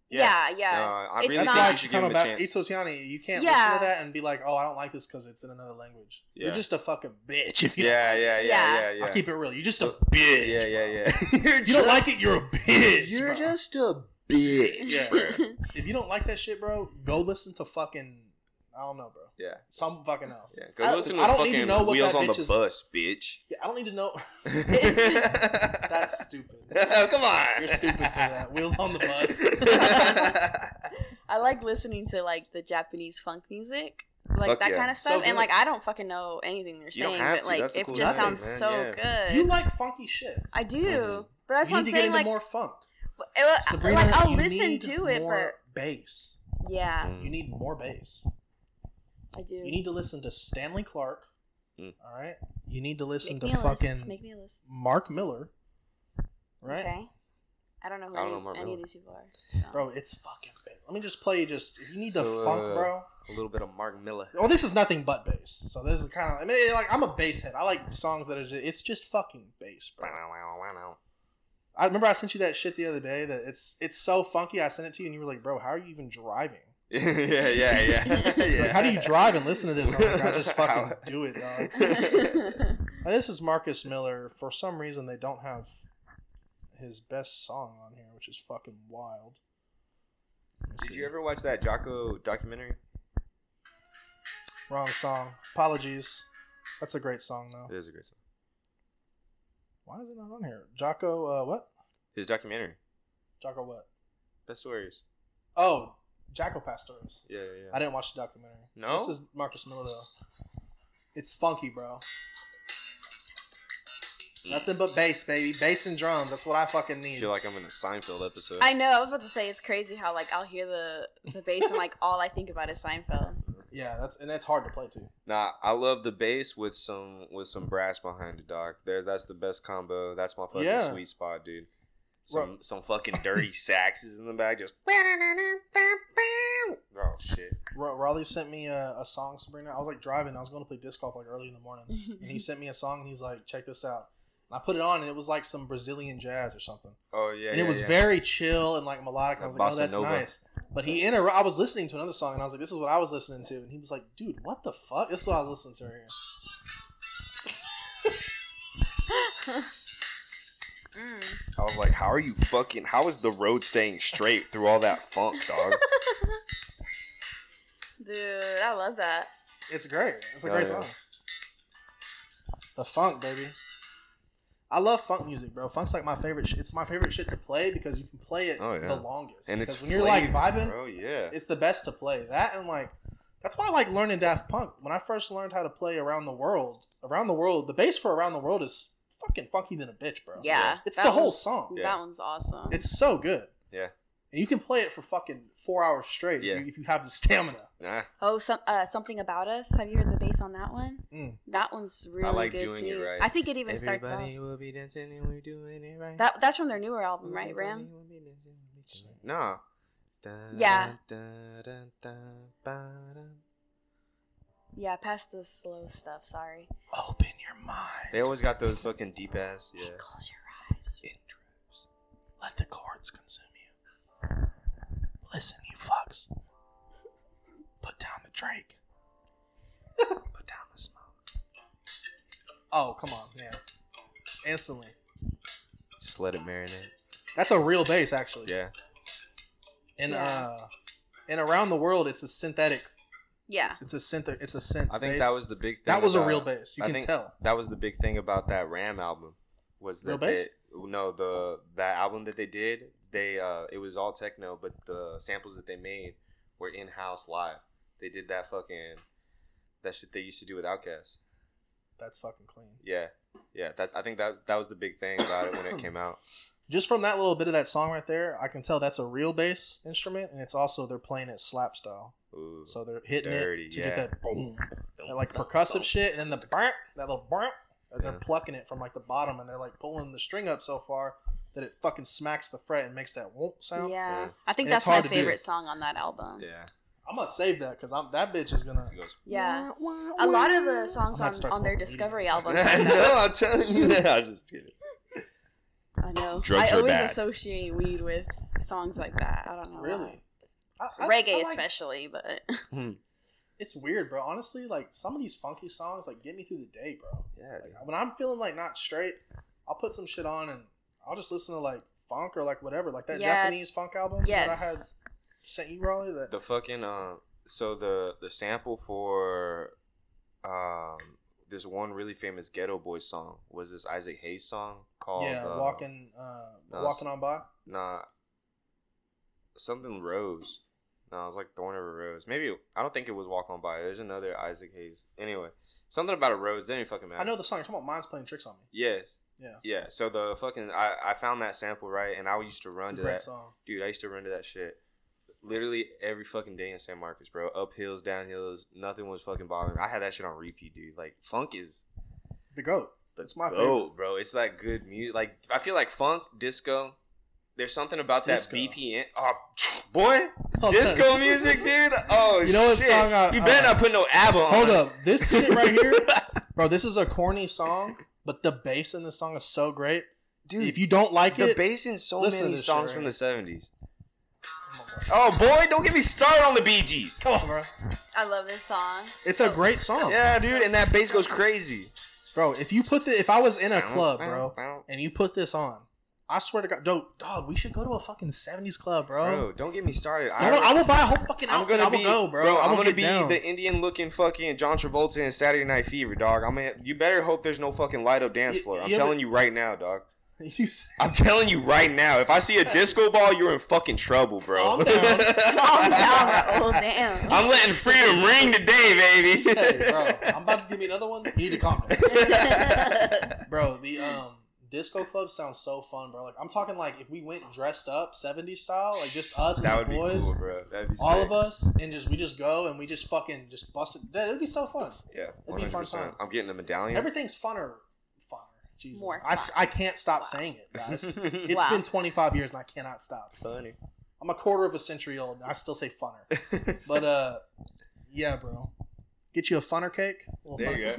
Yeah, yeah.
No,
(laughs)
I
It's
really
not-
think
Like
you should give him a
about
chance.
Ito Tiani, you can't
Yeah.
listen to that and be like, "Oh, I don't like this because it's in another language." You're
Yeah.
just a fucking bitch if you.
Yeah, yeah, yeah, yeah,
Yeah.
yeah.
I keep it real. You're just a
So-
bitch.
yeah, yeah,
bro.
yeah. You're
If you don't
just-
like it, (laughs) you're a bitch. bro.
a bitch.
Yeah.
bro.
If you don't like that shit, bro, go listen to fucking I don't know, bro.
Yeah.
Some fucking else.
Yeah, go
I-
listen to
I don't need to
fucking
know what
Wheels
that
on the
bitch is-
Bus, bitch.
yeah I don't need to know. (laughs) That's
That's
stupid.
(laughs) come on.
You're stupid for that. Wheels on the bus.
(laughs)
(laughs)
(laughs)
I like listening to like the Japanese funk music, like
Fuck
that
yeah.
kind of
So
stuff.
good.
and like I don't fucking know anything they're
You don't
saying,
have
but
to.
like
That's the
it
cool
just
thing,
sounds
man.
so
Yeah.
good.
you like funky shit.
I do,
Mhm.
but that's
you
what
need
I'm
to get
saying.
into
Like,
more funk.
it- uh,
Sabrina,
like I'll
you
listen
need
to it,
more bass.
but
Mm.
yeah,
You need more bass.
I do.
You need to listen to Stanley Clark.
Mm.
All right. You need to listen
make me
to
a
fucking
list. Make me a list.
Mark Miller. Right,
Okay. I don't know who
I don't
any,
know Mark
any of
Miller.
these people are. so.
bro. It's fucking. Big. Let me just play. Just you need the
So,
funk,
uh,
bro.
a little bit of Mark Miller.
Well, this is nothing but bass. So this is kind of. I mean, like I'm a bass head. I like songs that are. Just, it's just fucking bass, bro. I remember I sent you that shit the other day. That it's it's so funky. I sent it to you, and you were like, "Bro, how are you even driving?
yeah,
(laughs)
yeah, yeah. yeah.
Like, how do you drive and listen to this?" I was like, "I
(laughs)
just fucking do it, dog." (laughs) Now, this is Marcus Miller. For some reason, they don't have his best song on here, which is fucking wild. Let me
Did
see.
you ever watch that Jocko documentary?
wrong song? Apologies. That's a great song though.
It is a great song.
Why is it not on here? Jocko, uh, what?
His documentary.
Jocko what?
Best stories.
Oh, Jacko Pastores.
Yeah, yeah, yeah.
I didn't watch the documentary.
No?
This is Marcus Miller though. It's funky, bro.
Mm.
Nothing but bass, baby. Bass and drums. That's what I fucking
I
need.
feel like I'm in a Seinfeld episode.
(laughs) I know. I was about to say it's crazy how like I'll hear the the bass and like all I think about is Seinfeld.
yeah, that's and that's hard to play too.
Nah, I love the bass with some with some brass behind it, dog. There, that's the best combo. That's my fucking
Yeah.
sweet spot, dude. Some
Bro.
some fucking dirty saxes in the back, just oh shit.
Ra- Raleigh sent me a, a song, Sabrina. I was like driving. I was going to play disc golf like early in the morning, and he sent me a song, and he's like, "Check this out." I put it on and it was like some Brazilian jazz or something.
Oh yeah,
and it
yeah,
was
yeah.
very chill and like melodic. And I was like,
Bossa
oh, that's
nova.
nice. But he inter- I was listening to another song and I was like, this is what I was listening to. And he was like, dude, what the fuck? This is what I was listening to right here.
(laughs) Mm.
I was like, how are you fucking? How is the road staying straight through all that funk, dog?
Dude, I love that.
It's great. It's a
Oh,
great
yeah.
song. The funk, baby. I love funk music, bro. Funk's like my favorite. Sh- it's my favorite shit to play because you can play it
Oh, yeah.
the longest.
And it's
Because when you're like
flavor,
vibing,
Bro, Oh, yeah.
it's the best to play that and like that's why I like learning Daft Punk. When I first learned how to play Around the World, Around the World, the bass for Around the World is fucking funky than a bitch, bro.
Yeah.
It's
that
the whole
one's-
song.
Yeah.
That one's awesome.
It's so good.
Yeah.
And you can play it for fucking four hours straight
Yeah.
if, you, if you have the stamina.
Nah,
oh, some uh, something about us. Have you heard the bass on that one?
Mm.
That one's really
like
good
doing it
too.
right.
I think it even starts off.
will be dancing and we're doing it right.
That that's from their newer album, right, Ram?
nah.
Yeah.
That's
Yeah, past the slow stuff. Sorry.
Open your mind.
They always got those fucking deep ass. Yeah.
Close your eyes.
Intros. Let the chords consume you. Listen, you fucks. Put down the Drake. (laughs) Put down the smoke. Oh, come on, yeah. Instantly.
Just let it marinate.
That's a real bass, actually.
Yeah.
And
Yeah.
uh, and around the world, it's a synthetic.
Yeah.
It's a synth. It's a synth.
I think
bass.
that was the big thing.
that was a
about-
real bass. You
I
can
think-
tell.
That was the big thing about that Ram album. Was
Real
that they,
bass?
no the that album that they did they uh it was all techno but the samples that they made were in house live. They did that fucking that shit they used to do with Outkast.
That's fucking clean.
Yeah, yeah. That's I think that's that was the big thing about it when it came out.
Just from that little bit of that song right there, I can tell that's a real bass instrument, and it's also they're playing it slap style.
Ooh.
So they're hitting
Dirty,
it to
yeah.
get that boom, that like percussive shit, and then the burnt, that little burnt. that They're
Yeah.
plucking it from like the bottom, and they're like pulling the string up so far that it fucking smacks the fret and makes that whoop
Yeah.
sound.
Yeah.
I think
And it's
that's my
hard to do.
favorite song on that album.
yeah,
I'm gonna save that because I'm that bitch is gonna.
it goes.
Yeah. A lot of the songs
I'm about
on,
to start
on their
smoking weed.
Discovery album.
(laughs)
(laughs) no, I'm telling you that. I just did it.
I know.
Drugs
I
are
always
bad.
associate weed with songs like that. I don't know. why.
Really? I- I-
Reggae,
I like-
especially, but (laughs)
It's weird, bro. Honestly, like some of these funky songs, like get me through the day, bro.
Yeah, dude.
Like, when I'm feeling like not straight, I'll put some shit on and I'll just listen to like funk or like whatever, like that
Yeah.
Japanese funk album that I had
yes.
sent you, Raleigh. That
the fucking uh, so the the sample for um this one really famous ghetto boy song was this Isaac Hayes song called
yeah,
uh,
walking, uh,
no,
walking on by.
nah something rose. No, it was like Thorn of a Rose. Maybe I don't think it was Walk On By. There's another Isaac Hayes. Anyway, something about a rose. Didn't even fucking matter.
I know the song. You're talking about mine's playing tricks on me.
Yes.
Yeah.
Yeah. So the fucking I, I found that sample right, and I used to run
It's a
to
great
that
song.
dude. I used to run to that shit. Literally every fucking day in San Marcos, bro. Up hills, down hills, nothing was fucking bothering. me. I had that shit on repeat, dude. Like funk is
The goat.
the
It's my
goat, bro. It's like good music. Like I feel like funk, disco. There's something about that
Disco.
BPM. Oh, (sniffs) boy,
(laughs)
disco music, dude. Oh,
Oh, You know what
shit.
song I-
you better
uh,
not put no ABBA on.
Hold
(laughs)
up, this shit right (laughs) here, bro. This is a corny song, but the bass in this song is so great.
dude.
if you don't like
the
it,
bass in so
listen to
many
this shit
songs
right
from
here.
the '70s.
Come on, bro.
Oh boy, don't get me started on the Bee Gees.
Come on, bro.
I love this song.
It's a great song,
Yeah, dude, and that bass goes crazy.
bro. If you put the, if I was in a club, bro, and you put this on, I swear to God, dog, dog, we should go to a fucking seventies club, bro.
Bro, don't get me started.
I, will, I will buy a whole fucking
I'm
outfit.
gonna
I will
be,
go,
bro.
bro. I
I'm
will
gonna
get
be
down.
the Indian looking fucking John Travolta in Saturday Night Fever, dog. I'm. A, you better hope there's no fucking light up dance
You-
floor. I'm
you ever-
telling you right now, dog.
(laughs) You s-
I'm telling you right now. If I see a disco ball, you're in fucking trouble, bro.
Calm
(laughs)
down.
Calm down. (laughs) Oh, damn.
I'm letting freedom ring today, baby.
hey, bro, I'm about to give me another one. You need to calm down. bro the um disco club sounds so fun bro like i'm talking like if we went dressed up 70s style like just us
(laughs) that would
and the
be
boys
cool, bro. That'd be
all
sick.
of us and just we just go and we just fucking just bust it that would be so fun
Yeah,
It'd be a fun
100%.
time.
I'm getting a medallion. (laughs)
everything's funner funner jesus
More
I, s-
fun.
I can't stop
Wow.
saying
(laughs)
it guys
it's
It's
Wow.
been 25 years and i cannot stop
funny.
i'm a quarter of a century old and i still say funner but uh yeah bro get you a funner cake A little
There
funner-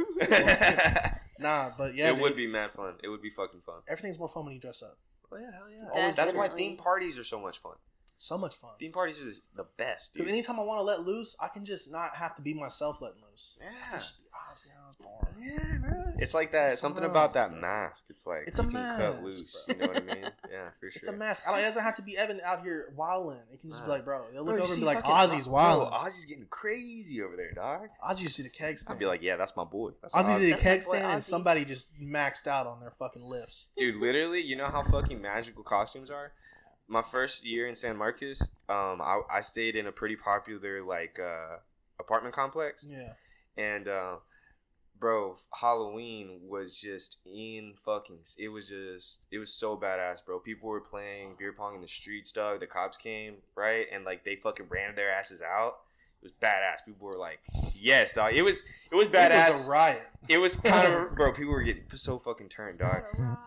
(laughs) you go.
Nah, but yeah,
it
dude,
would be mad fun. It would be fucking fun.
Everything's more fun when you dress up.
Oh yeah, hell yeah.
Always
That's why
definitely.
theme parties are so much fun.
So much fun.
Theme parties are the best,
Because
dude.
anytime I want to let loose, I can just not have to be myself letting loose. I
yeah.
can just be, "Ah, see, I was born."
Yeah, bro.
It's like that.
It's
something
something
about
else,
that
bro.
mask. It's like
It's
you
a
can cut
mask,
loose.
bro.
You know what
(laughs)
I mean? Yeah, for sure.
It's a mask. I don't, it doesn't have to be Evan out here wilding. It can just be
Nah.
like, bro,
Bro,
they'll look
you
over and
see
be like,
fucking-
Ozzy's
Wow,
wild.
Ozzy's getting crazy over there, dog.
Ozzy used to do the keg stand.
I'd be like, yeah, that's my boy. That's
Ozzy did a
That's
keg
my boy,
stand and
Ozzy.
somebody just maxed out on their fucking lifts.
dude literally you know how fucking magical costumes are my first year in san marcos um i, I stayed in a pretty popular like uh apartment complex
Yeah.
and uh bro halloween was just in fucking it was just it was so badass bro people were playing beer pong in the streets dog the cops came right and like they fucking ran their asses out it was badass people were like yes dog it was it was
It was
badass
a riot.
it was kind (laughs) of bro people were getting so fucking turned dog
Mm.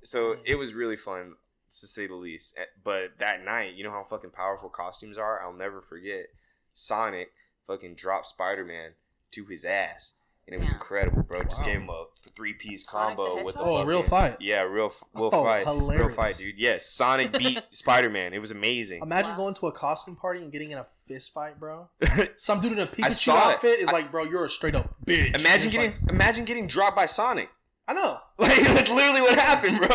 so it was really fun to say the least. Eh, But that night, you know how fucking powerful costumes are. I'll never forget. Sonic fucking dropped Spider Man to his ass, and it was
Yeah.
incredible, bro. Just
Wow.
gave him a three piece
Sonic the
combo with the
Hedgehog?
Oh, a real
fucking-
fight.
Yeah, real f- real
Oh,
fight, real
hilarious.
fight, dude. Yes, Sonic
(laughs)
beat Spider Man. It was amazing.
Imagine
Wow.
going to a costume party and getting in a fist fight,
(laughs)
bro. Some dude in a Pikachu
saw it.
outfit is
I-
like, bro, you're a straight up bitch. And
imagine
it's
getting
like,
imagine getting dropped by Sonic. (laughs)
I know.
Like that's literally what happened, bro.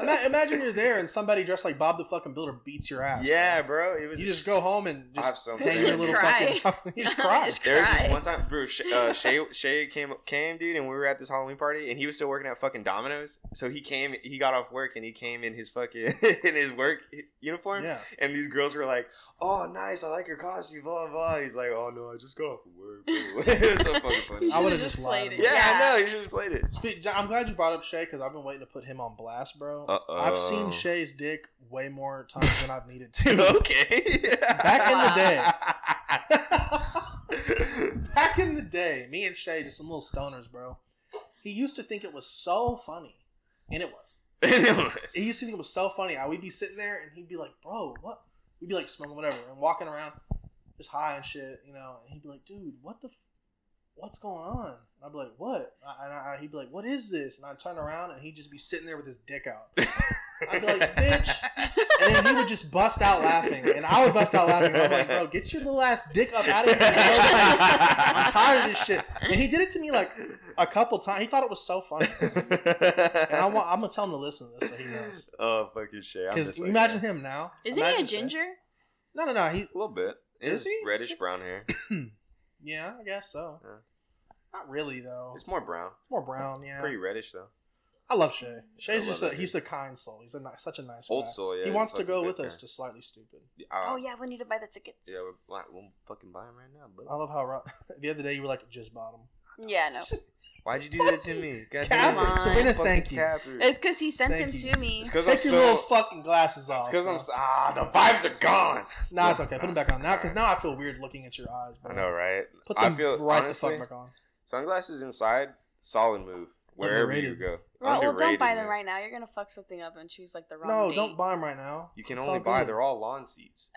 Ima- Imagine you're there and somebody dressed like Bob the fucking Builder beats your ass.
(laughs) yeah,
bro.
bro. It was
You just go home and
I have
just
some
hang your little
Cry.
fucking. (laughs) you just cry.
Just
There was this
Cry.
one time, bro. Sh- uh, Shay, Shay came, came, dude, and we were at this Halloween party, and he was still working at fucking Domino's. So he came, he got off work, and he came in his fucking (laughs) in his work uniform.
yeah.
And these girls were like, "Oh, nice, I like your costume." Blah blah. He's like, "Oh no, I just got off of work." bro." (laughs) it was
(laughs)
so fucking funny.
I
I
would've
would have
would've just
just
just
played
lied. played
it.
it.
yeah, I know. You should have played it. (laughs)
Speak, I'm glad you brought up Shay because I've been waiting to put him on blast, bro.
Uh-oh.
I've seen Shay's dick way more times than I've needed
(laughs)
to.
okay.
Back
Back (laughs)
Back in the day, me and Shay just some little stoners, bro. He used to think it was so funny, and it was. He used to think it was so funny. I we'd be sitting there and he'd be like, "Bro, what?" We'd be like smoking whatever and walking around, just high and shit, you know. And he'd be like, "Dude, what the, f- what's going on?" And I'd be like, "What?" And I, I, he'd be like, "What is this?" And I'd turn around and he'd just be sitting there with his dick out. I'd be like, "Bitch."
(laughs)
And then he would just bust out laughing, and I would bust out laughing. And I'm like, "Bro, get your little ass dick up out of here!" And I was like, I'm tired of this shit. And he did it to me
(laughs)
like a couple times. He thought it was so funny, and I want, I'm gonna tell him to listen to this (laughs) so he knows.
Oh fucking shit! I'm
Because
just like
imagine
that.
him now.
Isn't he a
Imagine Shay.
ginger?
No, no, no. He,
a little bit.
(laughs)
It
Is
is
he?
reddish
(laughs)
brown hair.
yeah, I guess so.
Yeah.
Not really though. It's,
It's more brown.
more brown. Yeah,
Pretty reddish though.
I love Shay. Shay's
I love
just
that
a,
dude.
he's a kind soul. He's a ni- such a nice
Old
guy.
soul. Yeah.
he
he's
wants to
fucking
go
good
with
guy.
us, just slightly stupid.
Uh,
oh yeah, we need to buy the tickets.
Yeah, we're, like, we'll fucking buy him right now.
I
But
love how Ro- (laughs) the other day you were like just bottom.
Yeah, no.
why'd you do that to me? God
Come
Capper,
on.
Serena,
fucking
thank you.
capper.
It's because he sent
Thank
them
you.
to me.
It's because I'm
Take your little
so.
fucking glasses off.
It's because I'm
bro.
so, ah the vibes are gone.
Nah, it's okay. Put them back on now, because now I feel weird looking at your eyes, bro.
I know, right?
Put
I
them
feel
right
honestly,
the fuck back on.
sunglasses inside, solid move. Wherever you
Underrated.
go,
well, well, don't
Underrated,
buy them
man.
right now. You're gonna fuck something up and choose like the wrong.
No,
date.
don't buy them right now.
You can
It's
only
all
buy.
good.
They're all lawn seats.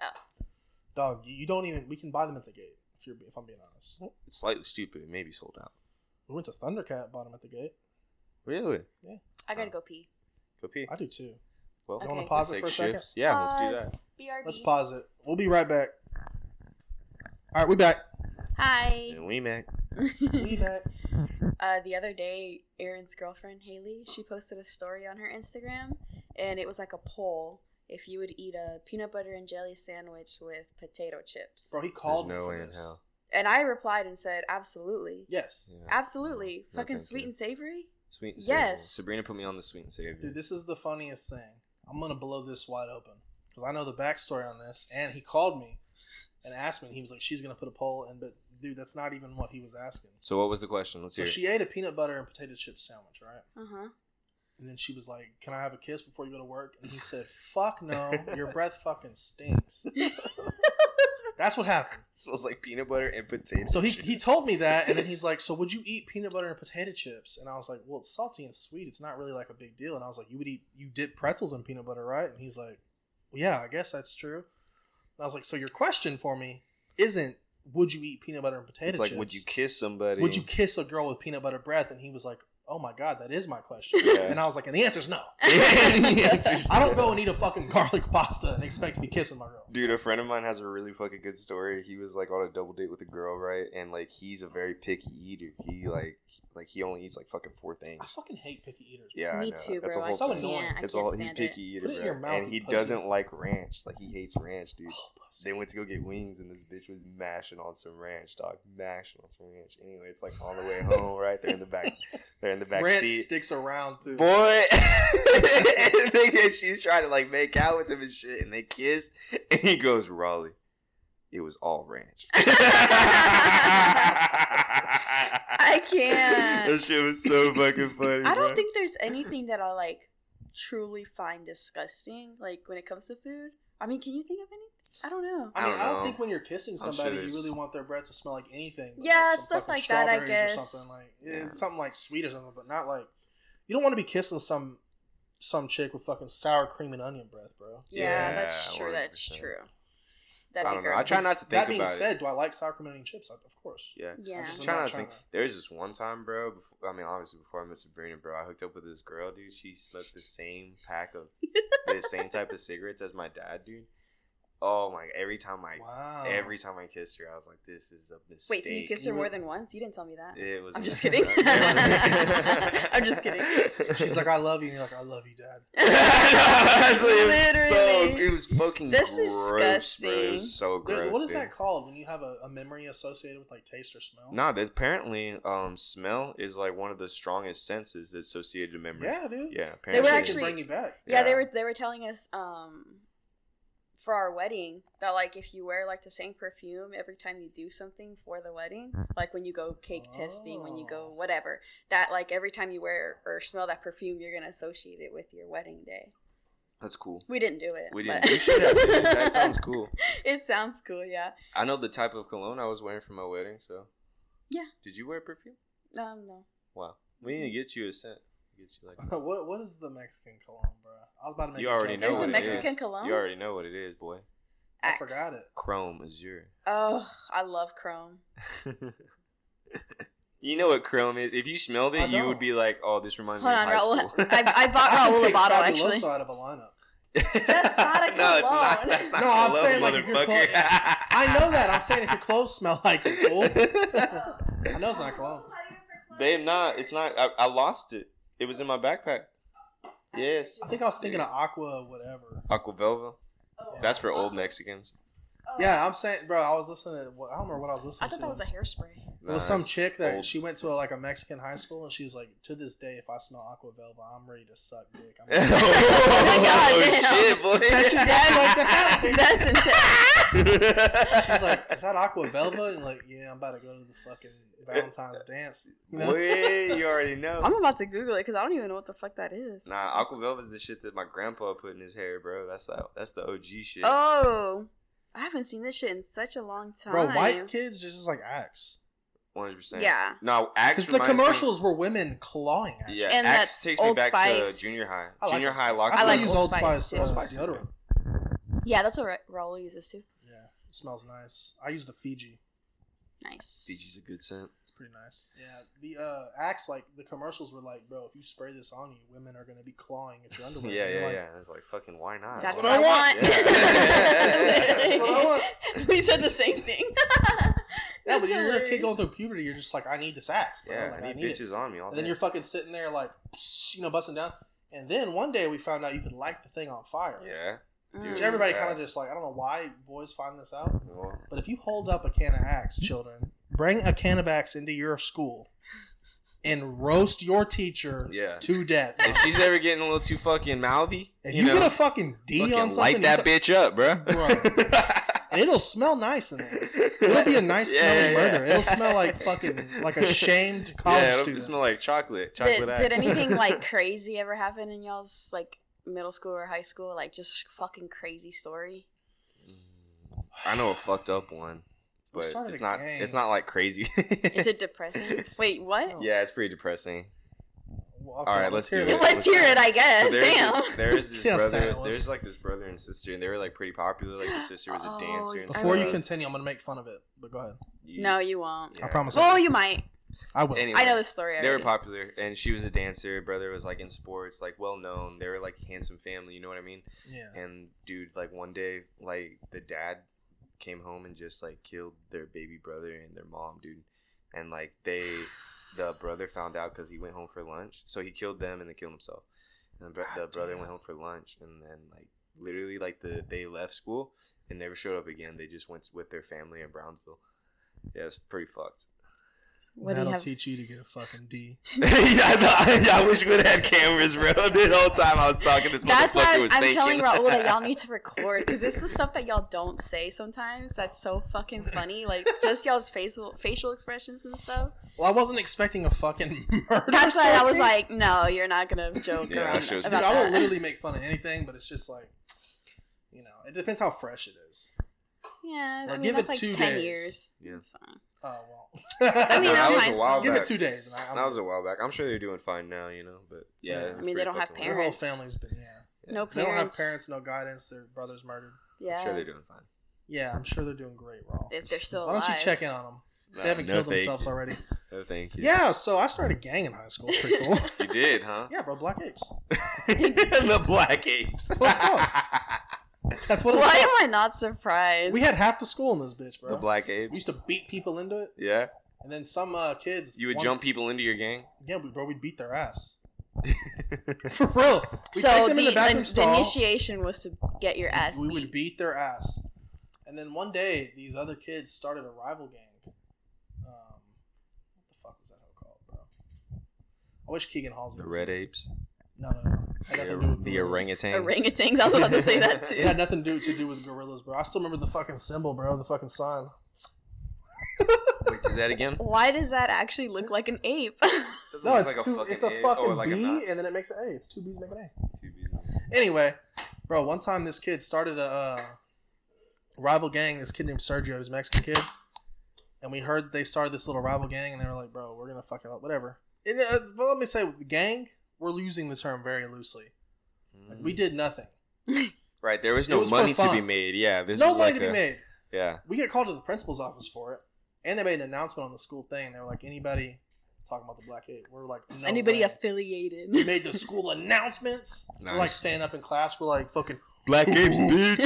Dog, you, you don't even. We can buy them at the gate if you're. If I'm being honest,
It's slightly stupid. It may be sold out.
we went to Thundercat, bought them at the gate.
Really?
I gotta go pee.
Go pee.
I do too.
Well,
Okay.
You want to
We'll
pause it
take
for a second?
shifts. Yeah, let's do
Pause.
that.
BRB.
Let's pause it. We'll be right back. All right, we back.
Hi.
And we Mac.
(laughs)
We back.
uh, the other day, Aaron's girlfriend Haley, she posted a story on her Instagram, and it was like a poll if you would eat a peanut butter and jelly sandwich with potato chips.
Bro, he called
There's
me
no
for
way in
this.
hell.
And I replied and said, absolutely,
Yes.
Yeah.
absolutely,
No,
fucking
thank
sweet
you.
and savory.
Sweet and savory.
Yes.
Sabrina put me on the sweet and savory.
Dude, this is the funniest thing. I'm gonna blow this wide open because I know the backstory on this. And he called me and asked me. And he was like, "She's gonna put a poll." And but, dude, that's not even what he was asking.
so what was the question? Let's
So
hear. it. (laughs)
she ate a peanut butter and potato chip sandwich, right?
Uh huh.
And then she was like, "Can I have a kiss before you go to work?" And he said, "Fuck no, your breath fucking (laughs) stinks." That's what happened.
smells like peanut butter and potato.
So he
chips.
he told me that,
(laughs)
and then he's like, "So would you eat peanut butter and potato chips?" And I was like, "Well, it's salty and sweet. It's not really like a big deal." And I was like, "You would eat you dip pretzels in peanut butter, right?" And he's like, well, "Yeah, I guess that's true." And I was like, "So your question for me isn't would you eat peanut butter and potato
It's like,
chips?
would you kiss somebody? (laughs)
Would you kiss a girl with peanut butter breath?" And he was like, oh my god, that is my question.
Yeah.
And I was like, and the answer's no.
(laughs) The answer's
I don't
no.
go and eat a fucking garlic pasta and expect to be kissing my girl.
Dude, a friend of mine has a really fucking good story. He was like on a double date with a girl, right? And like he's a very picky eater. He like like he only eats like fucking four
(sighs)
I
things.
fucking hate picky eaters.
Yeah, I
Me
know.
too,
That's
bro.
a
I
whole
So
thing.
annoying.
can't. I
It's
can't
all he's
stand it. (laughs)
picky
Put it in
eater,
your
bro.
mouth,
And he
you pussy.
doesn't like ranch. Like he hates ranch, dude.
Oh, pussy.
They went to go get wings, and this bitch was mashing on some ranch, dog. Mashing on some ranch. Anyway, it's like on the
(laughs)
way home, right? They're in the back. They're in the back
Ranch
seat.
sticks around
(laughs)
too.
Boy, (laughs) and they get- she's trying to like make out with him and shit, and they kiss, and he goes, "Raleigh, it was all
(laughs)
ranch."
I
(laughs) I
can't.
That shit was so fucking funny.
I don't
bro.
think there's anything that I like truly find disgusting. Like when it comes to food, I mean, can you think of any? I don't know.
I mean, I
I
don't,
don't know.
think when you're kissing
I'm sure
somebody, you
there's-
really want their breath to smell like anything. but,
Yeah,
some
stuff
fucking
like that, I
strawberries Or
guess.
something like
Yeah.
it's something like sweet or something, but not like you don't want to be kissing some some chick with fucking sour cream and onion breath, bro.
Yeah,
Yeah,
that's true. That's
100%.
true.
So
That'd
I
be
don't know. I
gross.
try not to think
that being
about it.
said, do I like sour cream and onion chips? Of course.
Yeah.
Yeah.
I'm just
I'm
trying
not
to
trying
think.
to-
There's this one time, bro. Before, I mean, obviously before I met Sabrina, bro, I hooked up with this girl, dude. She smoked the same pack
(laughs)
of the same type of cigarettes as my dad, dude. Oh my! Every time I,
Wow.
every time I kissed her, I was like, "This is a mistake."
Wait, so you kissed her
You
more
would-
than once? You didn't tell me
(laughs)
that.
It was.
I'm
a
just
mistake.
kidding. (laughs) I'm just kidding.
She's
(laughs)
like, I love you. And you're like, I love you, dad.
Honestly,
Literally.
it was so it was fucking
This is
gross, bro. It
disgusting.
was so
There-
gross.
what is
dude.
that called when you have a, a memory associated with like taste or smell?
Nah, there's apparently, um, smell is like one of the strongest senses that's associated to memory.
Yeah, dude.
yeah.
They were
Apparently,
Shit can
actually-
bring you back. (laughs)
Yeah, they
Yeah.
were they were telling us um for our wedding that like if you wear like the same perfume every time you do something for the wedding, like when you go cake testing, when you go
Oh.
whatever, that like every time you wear or smell that perfume, you're gonna associate it with your wedding day.
that's cool.
We didn't do it.
We
but-
didn't. We should have. dude.
(laughs)
That sounds cool.
It sounds cool, yeah.
I know the type of cologne I was wearing for my wedding, so.
Yeah.
Did you wear perfume?
Um, no.
Wow. We need to get you a scent. Get you like.
what What is the Mexican cologne, bro? I was about to make.
You
a
already
joke.
know
There's
what
a
it
Mexican
is.
cologne.
You already know what it is, boy.
I
Axe.
forgot it.
Chrome Azure. (laughs)
Oh, I love Chrome.
you know what chrome is. If you smelled
I
it, you
don't.
would be like, "Oh, this reminds
Hold
me of
on,
high
Raul. (laughs)
school."
I, I bought Raul a
(laughs) Pick
bottle
Fabuloso
actually.
out of a lineup.
That's not a
(laughs) no, it's
cologne.
not. That's not
No, I'm
cologne,
saying, like, if you're
motherfucker.
clo- I know that. I'm saying if your clothes smell like it, fool. I know it's not cologne.
(laughs) Babe, nah, it's not. I, I lost it. It was in my backpack. Yes,
I think I was thinking of Aqua, whatever.
Aquavelva.
Oh.
(laughs) That's for old Mexicans.
Yeah, I'm saying, bro. I was listening. To, I don't remember what I was
I
listening
thought
to.
that was a
(laughs)
hairspray.
it was some
Nice.
chick that
old-
she went to a, like a Mexican high school, and she was like, "To this day, if I smell Aqua Velva, I'm ready to suck dick."
(laughs)
I'm
(laughs) oh,
God
"Oh,
damn.
shit, boy!
That
(laughs)
shit got like
That's
(laughs)
intense.
(laughs)
She's like, "Is that Aqua Velva?" And like, "Yeah, I'm about to go to the fucking Valentine's dance." You know?
Wait, you already know.
I'm about to Google it because I don't even know what the fuck that is.
Nah, Aquavelva is the shit that my grandpa put in his hair, bro. That's the, that's the OG shit.
Oh, I haven't seen this shit in such a long time.
Bro, white kids just is like axe.
100%.
Yeah.
No, Axe
Because the
reminds me-
commercials were women clawing at you.
yeah,
And
Axe
that
takes me
Old
back
Spice.
to junior high.
I like
junior
Old
high
Spice. I
lockdown.
I
like
like
use
Old
Old Spice,
Spice, too.
uh,
Old
Spice is good.
deodorant.
Yeah, that's what Ra- Raul uses too.
Yeah, it smells nice. I use the Fiji.
Nice.
DG's a good scent.
It's pretty nice. Yeah, the uh, Axe like the commercials were like, bro, if you spray this on you, women are gonna be clawing at
(laughs)
your underwear.
Yeah,
And you're
yeah,
like,
yeah. It's like, fucking, why not?
That's
That's
what I want. (laughs)
(laughs)
Yeah.
That's what I (laughs) want.
we said the same thing. (laughs)
Yeah,
That's
but you're a
hilarious.
kid going through puberty. You're just like, Oh, I need this axe. Bro.
yeah,
like,
I need
it.
bitches on me all
And then
day.
you're fucking sitting there like, you know, busting down. And then one day we found out you could light the thing on fire.
Yeah.
Mm.
Which
Dude.
everybody
Yeah.
kind of just like, I don't know why boys find this out.
Well,
But if you hold up a can of axe, children, bring a can of axe into your school and roast your teacher
yeah.
to death.
If she's ever getting a little too fucking mouthy,
If
you,
you,
know,
get a fucking D
fucking
on something,
light that
you-
bitch up, bro.
and it'll smell nice in there. (laughs) It'll be a nice
Yeah,
smelling
yeah, yeah.
murder. It'll smell like fucking like a
(laughs)
shamed college
yeah, it'll
student.
smell like chocolate. Chocolate
Did,
axe.
did anything
(laughs)
like crazy ever happen in y'all's like middle school or high school? Like just fucking crazy story.
(sighs) I know a fucked up one,
We
but it's
started a
not.
gang.
It's not like crazy.
Is
(laughs)
it depressing? Wait, what?
No.
yeah, it's pretty depressing.
Well,
All right, let's
hear
do it.
(laughs)
this.
Let's hear it. I guess.
So there's
Damn.
this, there's
(laughs)
this
See how sad
brother.
it was.
There's like this brother and sister, and they were like pretty popular. Like the sister was a
Oh,
dancer. And
I
Before you
love-
stuff.
continue, I'm gonna make fun of it, but go ahead.
You-
No, you won't.
Uh, Yeah.
I promise.
Oh,
I
you might.
I will.
Anyway,
I know this story. Already.
They were popular, and she was a dancer. Brother was like in sports, like well known. They were like handsome family. You know what I mean?
Yeah.
And dude, like one day, like the dad came home and just like killed their baby brother and their mom, dude. And like they,
(sighs)
the brother found out because he went home for lunch, so he killed them and then killed himself. And the, bro-
God
the brother
damn.
went home for lunch, and then like literally like the they left school and never showed up again. They just went with their family in Brownsville. Yeah, it's pretty
(laughs)
fucked. (laughs)
Whether you
That'll
have-
teach you to get a fucking D.
yeah, I know. yeah, I wish we would have had cameras, bro. (laughs) The whole time I was talking, this
That's
motherfucker
why I'm,
was
I'm
thinking.
telling Raul that
(laughs)
y'all need to record because this is stuff that y'all don't say sometimes. That's so fucking funny. Like just y'all's facial facial expressions and stuff.
Well, I wasn't expecting a fucking (laughs) murder.
That's why I was
story.
like, no, you're not gonna joke
Yeah,
around
that shit was
about
Dude, I will
that.
literally make fun of anything, but it's just like, you know, it depends how fresh it is.
yeah,
Or
I mean
give
that's
it
like
two
ten
days.
years.
Yeah.
It's fine.
Oh well.
I mean, that was
No, that was
high
a while
school.
give
back.
it two days, and I, I'm,
That was a while back. I'm sure they're doing fine now, you know. But yeah,
Yeah.
it was
I
mean, they
pretty
don't have
fucking
their
wild.
whole
parents.
family's been yeah.
No
They don't have
parents.
parents, no guidance. Their brothers murdered.
Yeah,
I'm sure they're doing fine.
Yeah, I'm sure they're doing great, Raw.
if they're still
Why don't
alive.
you check in on them? They haven't (laughs)
No,
killed
thank
themselves
you.
already.
(laughs) No, Oh, thank you.
Yeah, so I started a gang in high school. It's pretty
(laughs)
cool.
you did, huh?
yeah, bro, Black Apes.
(laughs) the Black Apes.
What's up? That's what it
Why
was.
am I not surprised?
We had half the school in this bitch, bro.
(laughs) the Black
we
Apes.
used to beat people into it,
Yeah,
and then some uh, kids.
you would
one-
jump people into your gang.
(laughs) Yeah, we, bro, we'd beat their ass. (laughs) For real. We'd
so
take
the,
them in the
the-
bathroom
the
stall.
initiation was to get (laughs) your ass
we would
beat.
beat their ass. And then one day, these other kids started a rival gang. Um, what the fuck was that hoe called, bro? I wish Keegan Halsey.
The
was-
Red Apes.
No, no, no. It had
The,
nothing to do with
the
gorillas.
orangutans.
orangutans. I was about to
(laughs)
say that
It
too.
had nothing to do, to do with gorillas, bro. I still remember the fucking symbol, bro. The fucking sign.
Wait, do that again?
Why does that actually look like an ape?
Doesn't
No,
look
it's
like
two.
fucking
it's a
ape. Oh,
fucking
like a
B,
knot.
and then it makes an A. It's two B's make an A.
Two Bs.
Anyway, bro, one time this kid started a uh, rival gang. This kid named Sergio, he's a Mexican kid, and we heard they started this little rival gang, and they were like, "Bro, we're gonna fuck it up, whatever." And, uh, well, let me say, with the gang, we're using the term very loosely. Like,
Mm.
we did nothing.
Right, there was
It
no
was for
money to be
fun.
made. Yeah, this
no
was
money to
like
be
a-
made.
Yeah,
We get called to the principal's office for it, and they made an announcement on the school thing. They were like, "Anybody talking about the black ape?" We're like,
(laughs)
no
Anybody
way."
affiliated?
we made the school announcements.
(laughs)
We're like
Nice.
standing up in class. We're like fucking (laughs)
Black
Apes,
bitch.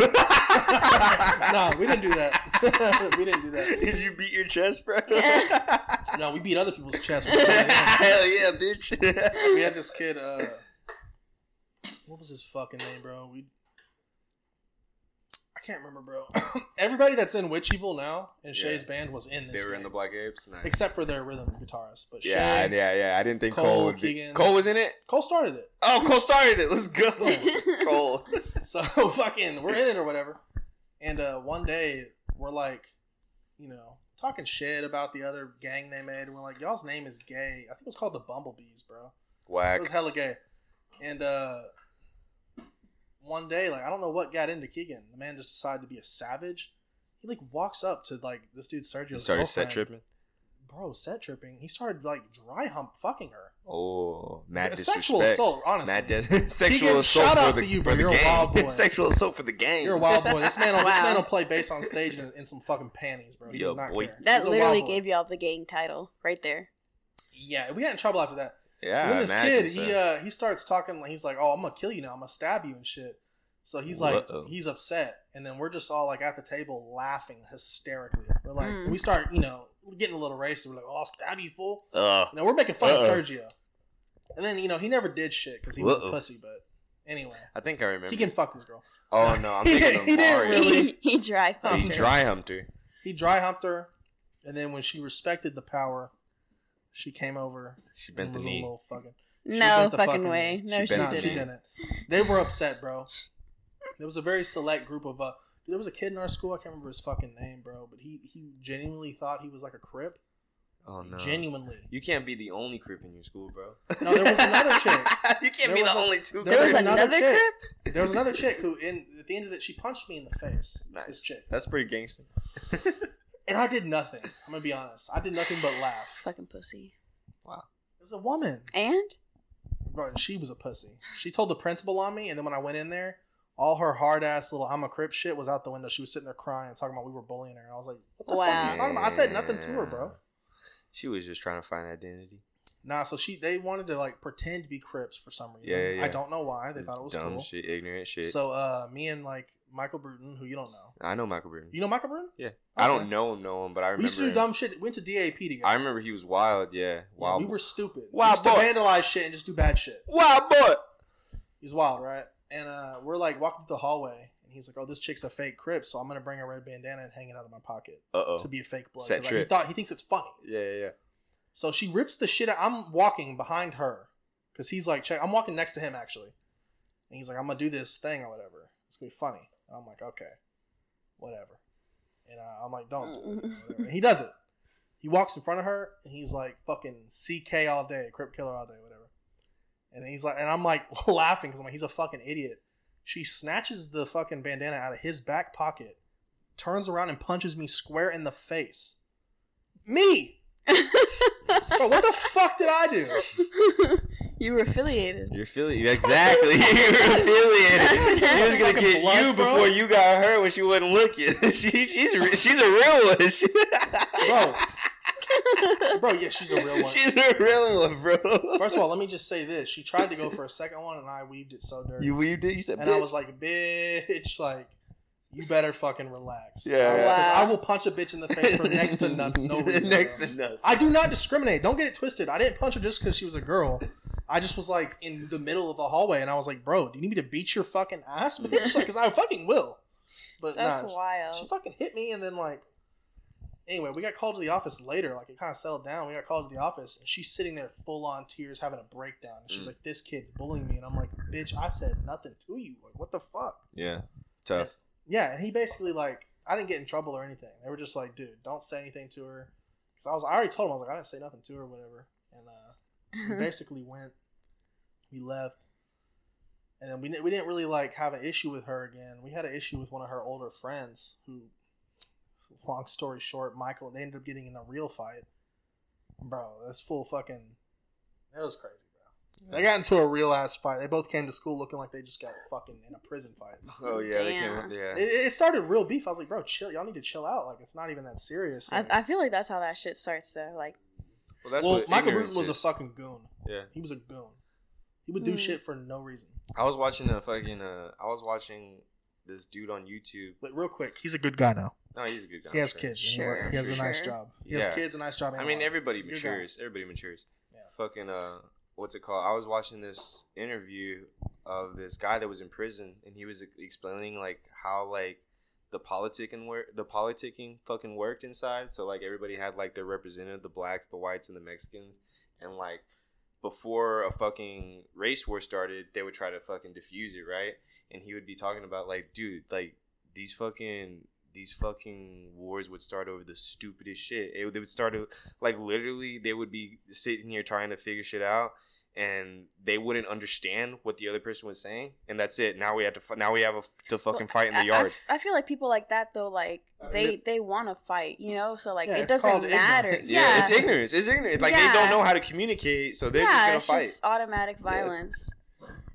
(laughs)
(laughs) no, we didn't do that. (laughs) we didn't do that.
Did you beat your chest, bro?
No, we beat other people's chests.
Hell
(laughs)
yeah, bitch.
we had this kid. Uh, what was his fucking name, bro? We. I can't remember, bro. (coughs) Everybody that's in Witch Evil now and
Yeah.
Shay's band was in this.
they were in the
game,
Black Apes. Nice.
except for their rhythm guitarist. But
yeah,
Shay,
yeah, yeah. I didn't think Cole.
Cole,
would be-
Keegan.
Cole was in it.
Cole started it. (laughs)
Oh, Cole started it. Let's go, Cole.
So fucking, we're in it or whatever. And uh, one day we're like, you know, talking shit about the other gang they made. And we're like, y'all's name is gay. I think it was called the Bumblebees, bro. It
Whack.
was hella gay. And uh, one day, like, I don't know what got into Keegan. The man just decided to be a savage. He like walks up to like this dude Sergio.
You started set tripping.
Bro, set tripping. He started like dry hump fucking her.
Oh, mad
sexual
disrespect.
assault, honestly.
Mad dis- (laughs) sexual
Keegan,
assault
shout
for
out
the,
to you,
for
bro.
the
You're a
gang.
wild boy.
(laughs) sexual assault for the gang.
You're a wild boy. This man, will, this
Wow.
man will play bass on stage in, in some fucking panties, bro. He
Yo,
does not
boy.
care.
(laughs) that
He's a
literally
wild boy.
gave y'all the gang title right there.
Yeah, we got in trouble after that.
(laughs) Yeah,
then this
imagine,
kid,
so.
he uh, he starts talking like he's like, "Oh, I'm gonna kill you now. I'm gonna stab you and shit." So he's like,
Uh-oh.
he's upset, and then we're just all like at the table laughing hysterically. We're like,
Mm.
and we start, you know, getting a little racist. We're like, "Oh, I'll stab you, fool!"
Ugh.
You know, we're making fun of
Uh-oh.
Sergio, and then you know he never did shit because he was a
Uh-oh.
pussy. But anyway,
I think I remember.
he can fuck this girl.
oh
(laughs)
no, I'm thinking of
He didn't
Mario.
really-
(laughs) he, he dry
Oh,
He
thumped her.
dry humped her.
He dry humped her, and then when she respected the power, she came over
She
and
bent the
was a
knee.
little fucking. She
No
bent the
fucking,
fucking-
way. No,
she
she,
bent
no,
didn't.
she didn't. They were upset, bro. There was a very select group of uh. There was a kid in our school. I can't remember his fucking name, bro. But he he genuinely thought he was like a crip.
Oh no.
Genuinely.
You can't be the only creep in your school, bro.
No, there was another chick.
(laughs) you can't
There
be
was
the
a-
only two.
there
There was
There's
creeps. (laughs)
another
another
chick.
grip.
There was another chick who, in at the end of it, she punched me in the face.
Nice.
This chick,
That's pretty gangster.
and I did nothing. I'm gonna be honest. I did nothing but laugh.
Fucking pussy.
It was a woman.
And
Bro, and she was a pussy. She told the principal on me, and then when I went in there, all her hard ass little I'm a crip shit was out the window. She was sitting there crying, talking about we were bullying her. I was like, what the fuck are
Wow.
you talking about? I said nothing to her, bro.
She was just trying to find identity.
Nah, so she they wanted to like pretend to be crips for some reason.
Yeah, yeah, yeah.
I don't know why. They
It's
thought it was
dumb
cool.
shit, ignorant shit.
So uh, me and like Michael Bruton, who you don't know,
I know Michael Bruton.
you know Michael Bruton?
yeah, I
Okay.
don't know him, know him, but I remember.
We used to do
him.
dumb shit. We went to DAP together.
I remember he was wild. Yeah,
Yeah,
wild.
we were stupid. we
Wild
used to
boy.
vandalize shit and just do bad shit. So
wild boy.
He's wild, right? And uh, we're like walking through the hallway, and he's like, "Oh, this chick's a fake crip, so I'm gonna bring a red bandana and hang it out of my pocket
Uh oh.
to be a fake blood."
Set
'Cause, like, he
trip.
thought he thinks it's funny.
Yeah, yeah, yeah.
So she rips the shit out. I'm walking behind her because he's like, check. I'm walking next to him actually. And he's like, I'm going to do this thing or whatever. It's going to be funny. And I'm like, okay, whatever. And uh, I'm like, don't do
(laughs)
it. whatever. And he does it. He walks in front of her and he's like, fucking CK all day, Crip Killer all day, whatever. And he's like, and I'm like (laughs) laughing because I'm like, he's a fucking idiot. She snatches the fucking bandana out of his back pocket, turns around and punches me square in the face. Me! Bro, what the fuck did I do?
(laughs) you were affiliated.
You're affiliated. (laughs) Exactly. You're affiliated. She was gonna
Fucking
get
bloods,
you
bro.
before you got her when she wasn't looking. (laughs) she, she's re- she's a real one. (laughs) She-
(laughs) Bro, bro, yeah, she's a real one.
she's a real one, bro.
First of all, let me just say this. She tried to go for a second one and I weaved it so dirty.
you weaved it. You said,
and I
(laughs) "Bitch."
was like, bitch, like, you better fucking relax.
Yeah,
yeah.
Because
Wow.
I will punch a bitch in the face for next to nothing. (laughs)
(laughs)
No reason.
next
bro.
to nothing.
I do not discriminate. Don't get it twisted. I didn't punch her just because she was a girl. I just was like in the middle of a hallway and I was like, bro, do you need me to beat your fucking
(laughs)
ass, bitch? Because I fucking will.
(laughs)
But
That's
nah, she
wild.
fucking hit me and then like anyway we got called to the office later like it kind of settled down we got called to the office and she's sitting there full on tears having a breakdown and she's
Mm.
like this kid's bullying me and i'm like bitch i said nothing to you like what the fuck
Yeah, tough.
yeah and he basically like i didn't get in trouble or anything they were just like dude don't say anything to her because i was i already told him i was like i didn't say nothing to her or whatever and
(laughs)
uh we basically went we left and then we, didn't- we didn't really like have an issue with her again we had an issue with one of her older friends who long story short michael they ended up getting in a real fight bro that's full fucking that was crazy bro they got into a real ass fight they both came to school looking like they just got fucking in a prison fight
Oh yeah, they came
Damn.
up. Yeah,
it, it started real beef i was like bro chill y'all need to chill out like it's not even that serious
I, I feel like that's how that shit starts though. Like,
well, that's
well
what
michael
ignorance
bruton was a
is.
fucking goon
yeah.
he was a goon he would do
Hmm.
shit for no reason
I was watching a fucking. Uh, I was watching this dude on YouTube.
But real quick, he's a good guy now.
No, he's a good guy.
He has
so-
kids. and he
Sure,
work- he has a
sure,
nice
sure.
job. He
Yeah.
has kids, a nice job. and
I
a
mean,
wife.
everybody
He's a good guy.
matures. Everybody matures.
Yeah.
Fucking uh, what's it called? I was watching this interview of this guy that was in prison, and he was explaining like how like the politicking work, the politicking fucking worked inside. So like everybody had like their representative, the blacks, the whites, and the Mexicans, and like before a fucking race war started, they would try to fucking diffuse it, right? And he would be talking about like, dude, like these fucking these fucking wars would start over the stupidest shit. It, they would start o- like literally they would be sitting here trying to figure shit out and they wouldn't understand what the other person was saying and that's it now we have to fu- now we have a f to fucking fight in
I-
the
I-
yard
I, feel like people like that though. Like
I mean,
they
it's-
they want to fight, you know. So like
Yeah,
it
it's called
doesn't matter.
ignorance.
yeah.
Yeah,
it's ignorance it's ignorant like they
Yeah.
don't know how to communicate so they're
yeah,
just gonna fight
it's just automatic
Yeah.
violence.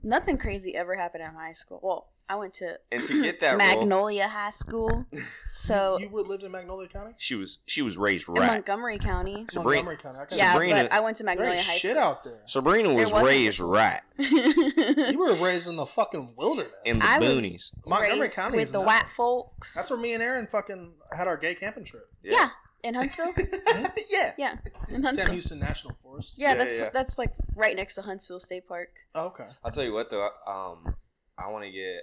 Nothing crazy ever happened in high school. Well, I went to
and to get
(clears throat)
that role
Magnolia High School,
(laughs)
so
you were lived in Magnolia County,
she was she was raised
in
right
Montgomery County.
Sabrina-
Montgomery County. I can't-
Yeah,
Sabrina-
but I went to
there
Magnolia
ain't
High
shit
School.
out there.
Sabrina was
wasn't-
raised right
(laughs)
You were raised in the fucking wilderness.
in the
I was-
boonies
Montgomery
Raised
County
with
is
the
not-
white folks.
That's where me and Aaron fucking had our gay camping trip.
yeah. in
(laughs)
Huntsville.
Hmm?
yeah
(laughs) yeah, in
Sam
Huntsville.
Houston National Forest.
Yeah,
Yeah,
that's
yeah.
that's like right next to Huntsville State Park.
Oh, okay.
I'll tell you what though, um, I want to get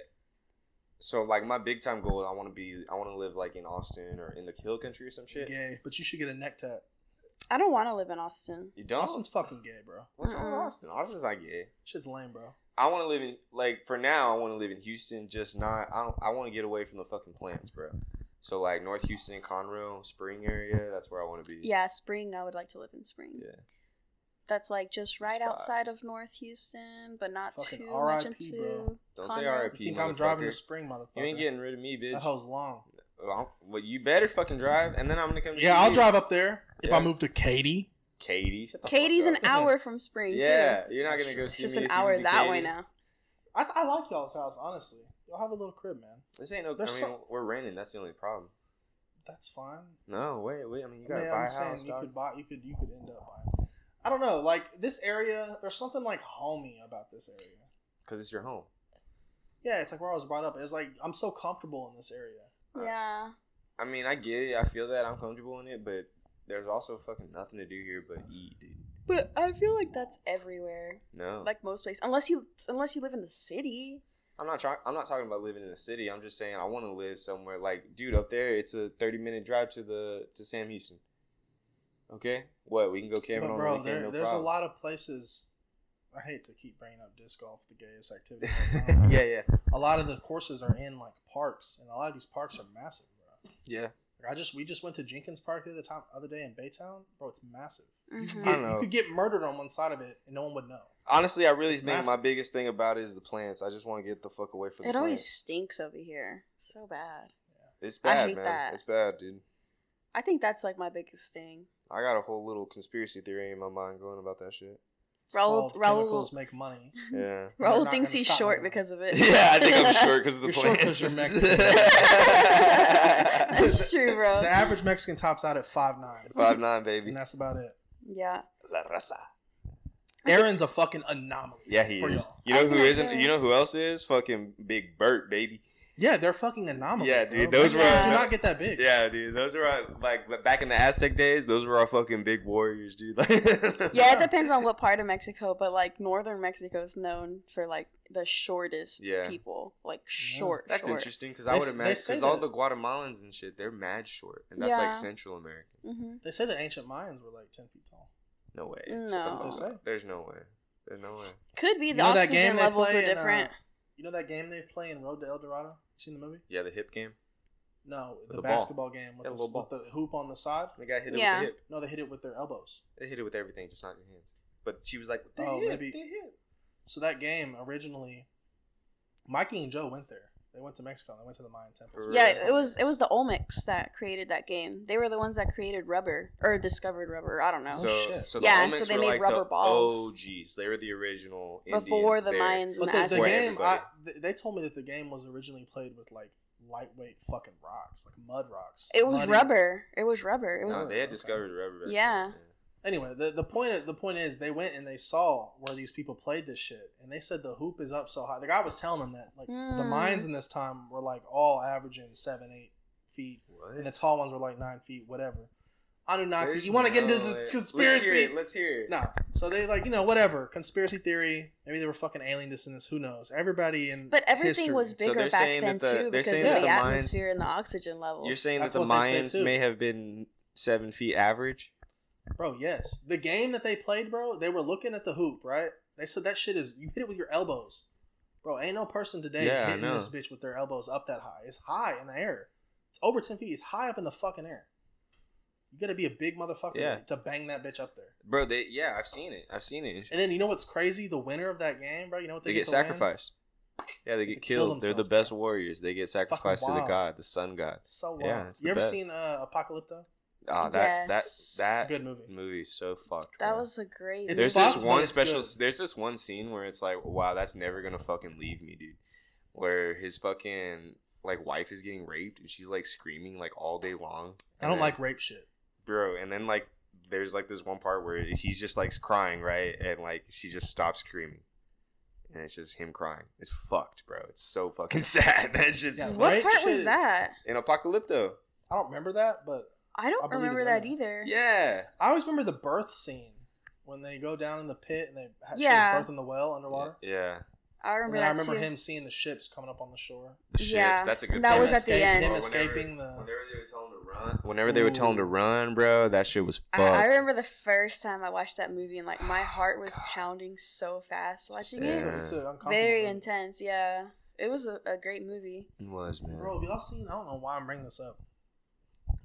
so like my big time goal. I want to be, I want to live like in Austin or in the Hill Country or some shit.
Gay, but you should get a neck tat.
I don't want to live in Austin.
You don't?
Austin's fucking gay, bro.
What's wrong with
Mm-mm.
Austin? Austin's not gay.
Shit's lame, bro.
I want to live in like for now. I want to live in Houston, just not. I don't, I want to get away from the fucking plants, bro. So like North Houston, Conroe, Spring area. That's where I want to be.
Yeah, spring. I would like to live in spring.
Yeah.
That's like just right
Spot.
outside of North Houston, but not
Fucking
too much
RIP,
into.
bro.
Don't
Conroe.
say
You
RIP.
think I'm driving
motherfucker.
to spring, motherfucker?
You ain't getting rid of me, bitch.
that hole's long.
Well, well, you better fucking drive, and then I'm gonna come. see
Yeah, I'll
you.
drive up there if
Yeah.
I move to Katy.
Katie. Shut the fuck
Katie's
(laughs)
an
up.
hour from spring.
Yeah,
too.
you're not
That's
gonna
true.
go
It's
it's
see
just an
me if you move
hour
to
that
Katy.
way now.
I, I like y'all's house, honestly. Y'all have a little crib, man.
This ain't no. I mean,
There's some-
we're renting. That's the only problem.
That's fine.
No, wait, wait. I mean, you
I
gotta
mean,
buy
I'm
a house,
saying you
dog.
could buy. You could. You could end up buying. I don't know. Like this area, there's something like homey about this area.
Cause it's your home.
Yeah, it's like where I was brought up. It's like I'm so comfortable in this area.
Uh.
Yeah.
I mean, I get it. I feel that I'm comfortable in it, but there's also fucking nothing to do here but eat, dude.
But I feel like that's everywhere.
No,
Like most places, unless you unless you live in the city.
I'm not trying. I'm not talking about living in the city. I'm just saying I want to live somewhere like, dude, up there. It's a 30 minute drive to the to Sam Houston. Okay, what we can go camping
but
on
bro,
the weekend.
there,
no
there's
problem.
a lot of places. I hate to keep bringing up disc golf, the gayest activity. of
(laughs)
all time.
yeah, yeah,
A lot of the courses are in like parks, and a lot of these parks are massive, bro.
yeah.
Like I just we just went to Jenkins Park the other time, other day in Baytown, bro. It's massive.
I
You,
Mhm.
could
don't
get-
know.
you could get murdered on one side of it, and no one would know.
Honestly, I really
It's
think my
massive.
biggest thing about it is the plants. I just want to get the fuck away from the
It always
plants.
stinks over here. So bad.
It's
I
bad,
hate
man.
that.
It's bad, dude.
I think that's like my biggest thing.
I got a whole little conspiracy theory in my mind going about
(laughs)
that shit.
It's
Raul-
called
Raul-
Chemicals make money.
Yeah.
They're
Raul
not
thinks
gonna
he's
stop
short
doing
because of it.
yeah,
(laughs)
I think I'm short because of the
You're short 'cause
plants. (laughs)
you're
that's true, bro.
The average Mexican tops out at five nine,
Five nine, baby.
and that's about it. (laughs)
yeah.
La raza.
Aaron's a fucking anomaly.
Yeah, he
For
is.
y'all.
You
I
know
was
who
gonna
isn't?
say-
You know who else is? Fucking Big Burt, baby.
Yeah, they're fucking anomalies.
Yeah,
bro.
dude, those
were-
Mexicans do not get that big.
Yeah, dude. Those are our, like but back in the Aztec days. Those were our fucking big warriors, dude. (laughs) Like,
Yeah, it depends on what part of Mexico, but like northern Mexico is known for like the shortest
Yeah.
people, like
Yeah.
short.
That's
short.
interesting because
They
I would
s- they
imagine
say
because all
that-
the Guatemalans and shit, they're mad short, and that's
Yeah.
like Central American.
hmm
They say the ancient Mayans were like ten feet tall.
No way.
No.
Shut the fuck
They say.
up. There's no way. There's no way.
Could be
You
the
know that
oxygen
game they
levels were
play in, uh,
different.
You know that game they play in Road to El Dorado? You seen the movie?
Yeah, the hip game.
No, the,
the ball.
basketball game with,
Yeah,
the,
little
with the hoop on the side.
They got hit
Yeah.
it with the hip.
No, they hit it with their elbows.
They hit it with everything, just not your hands. But she was like, they
Oh,
hit,
maybe-
they hit.
So that game originally, Mikey and Joe went there. They went to Mexico. and They went to the Mayan temple.
For
yeah,
real.
it was it was the Olmecs that created that game. They were the ones that created rubber or discovered rubber. I don't know.
So,
Oh, shit.
so the
Yeah,
yeah,
and so they
they were
made
like
rubber
the
balls.
OGs. They were the original
Before
Indians
the
there.
Mayans and the
But the, the
For
Aztecs.
game, I,
everybody.
th- they told me that the game was originally played with like lightweight fucking rocks, like mud rocks.
It was
Muddy-
rubber. It was rubber. It was
No, they had
Okay.
discovered rubber. back then,
Yeah.
Anyway, the, the point the point is they went and they saw where these people played this shit, and they said the hoop is up so high. The guy was telling them that like the
Mm.
mines in this time were like all averaging seven, eight feet, and the
What?
tall ones were like nine feet, whatever. I do not.
There's
You want to get into
no
the
way. Let's
conspiracy?
hear it. Let's hear it.
No. So they like, you know, whatever. Conspiracy theory. Maybe they were fucking alien descendants. Who knows? Everybody in
But everything
history-
was
So
bigger
they're
back
saying
then
that the-
too
they're
because of
saying
that
the
the mines-
atmosphere and the oxygen levels.
You're saying
That's
that the
what they say,
Mayans
too.
may have been seven feet average?
Bro, yes. The game that they played, bro, they were looking at the hoop, right? They said that shit is you hit it with your elbows. Bro, ain't no person today
Yeah, I
hitting
know.
this bitch with their elbows up that high. It's high in the air. It's over ten feet. It's high up in the fucking air. You gotta be a big motherfucker
Yeah.
to bang that bitch up there.
Bro, they yeah, I've seen it. I've seen it.
And then you know what's crazy? The winner of that game, bro. You know what
They,
they,
get
to win?
sacrificed. Yeah, they
They
get
kill
killed. They're the
themselves, bro.
best warriors. They get
fucking
sacrificed to the
wild.
god, the sun god.
So wild.
Yeah, it's the
you ever
best.
seen uh, Apocalypto?
Oh, that
Yes.
It's a
that that
good movie.
movie's so fucked.
that
bro.
was a great.
It's
there's
fucked,
this
but
one
it's
special.
good.
There's this one scene where it's like, wow, that's never gonna fucking leave me, dude. Where his fucking like wife is getting raped and she's like screaming like all day long.
I don't
And then-
like rape shit.
bro. And then like there's like this one part where he's just like crying, right? And like she just stops screaming. And it's just him crying. It's fucked, bro. It's so fucking (laughs) sad. That shit's
Yeah,
what
right?
part was
Shit.
that?
in Apocalypto.
I don't remember that, but
I
I
don't
believe
remember
it's
that
in
either.
Yeah.
I always remember the birth scene when they go down in the pit and they have
Yeah.
birth in the well underwater.
Yeah.
I
And
remember
then
that
I remember
too.
him seeing the ships coming up on the shore.
The ships.
Yeah.
That's a good.
And that
point.
was at the
Escape-
end.
Him
Or
escaping
whenever,
the.
Whenever they would tell him to run. Whenever they would tell him to run, bro, that shit was fucked.
I, I remember the first time I watched that movie and like my heart was pounding so fast watching
Yeah.
It's
it.
a- it's a uncomfortable
Very
movie.
intense, yeah. It was a, a great movie.
It was man.
Bro, have y'all seen? I don't know why I'm bringing this up.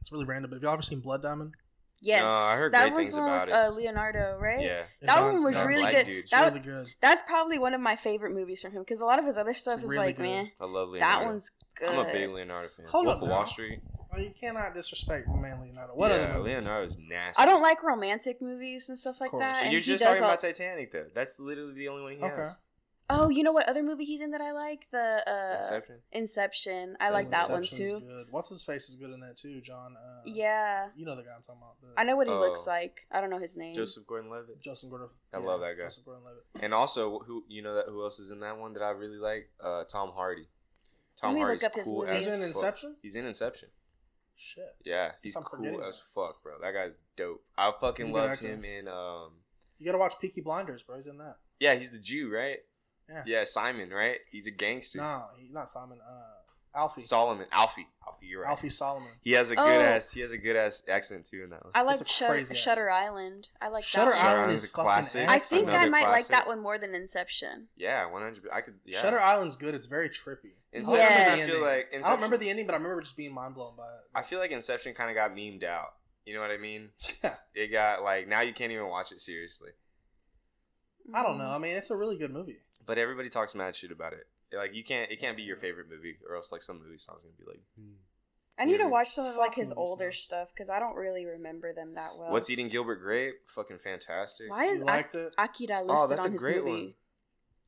It's really random, but have y'all ever seen Blood Diamond?
Yes,
I heard
that
great
was
things
the one
about
with
it.
uh, Leonardo, right?
Yeah.
That
Don-
one was
Don
really
Black
good.
dude.
It's
That,
really good.
that's probably one of my favorite movies from him because a lot of his other stuff
It's
is
really
like,
good.
man,
I love Leonardo.
that one's good.
I'm a big Leonardo fan.
Hold
Wolf
up
of
now.
Wall Street.
Well, you cannot disrespect my man Leonardo. What
yeah,
other movies?
Leonardo's nasty.
I don't like romantic movies and stuff like
course.
that.
But
and
You're
he
just
does
talking
all-
about Titanic, though. That's literally the only one he
Okay.
has.
Oh, you know what other movie he's in that I like? The uh, Inception.
Inception.
I
That
like that one
Inception's
too.
Good. What's his face is good in that too, John. Uh,
Yeah,
You know the guy I'm talking about. The,
I know what he
Oh.
looks like. I don't know his name.
Joseph Gordon-Levitt.
Justin Gordon.
I love that guy.
Justin Gordon-Levitt.
And also, who you know that who else is in that one that I really like? Uh, Tom Hardy. Tom
me look
Hardy's
up his
cool as
movies.
He's in
fuck.
Inception.
He's in Inception.
Shit.
Yeah, he's
I'm forgetting
cool as
that.
fuck, bro. That guy's dope. I
He's
fucking
a good
loved
actor.
him in um.
You gotta watch Peaky Blinders, bro. He's in that.
Yeah, he's the Jew, right?
Yeah.
Yeah, Simon, right? He's a gangster.
No, he, not Simon. Uh, Alfie.
Solomon, Alfie, Alfie, you're right.
Alfie Solomon.
He has a good
Oh.
ass. He has a good ass accent too in that one.
I
It's
like
a
Shut-
crazy
Shutter Island. I like that
Shutter
one.
Shutter
Island
Island's
is
a
fucking
classic.
ass.
I think I
Another
might like
classic.
that one more than Inception.
yeah, 100. I could. Yeah.
Shutter Island's good. It's very trippy.
Inception,
Yes.
I feel like Inception,
I don't remember the ending, but I remember just being mind blown by it.
I feel like Inception kind of got memed out. You know what I mean?
Yeah.
It got like now you can't even watch it seriously.
I don't know. I mean, it's a really good movie.
But everybody talks mad shit about it. Like you can't. It can't be your favorite movie, or else like some movie song's gonna be like,
I need to
Really?
watch some of like
Fuck
his
movies,
older
man.
stuff because I don't really remember them that well.
"What's Eating Gilbert Grape?" Fucking fantastic.
Uh, Why is
you
Ak-
liked it?
Akira listed
Oh, that's a
on his
great
movie?
one.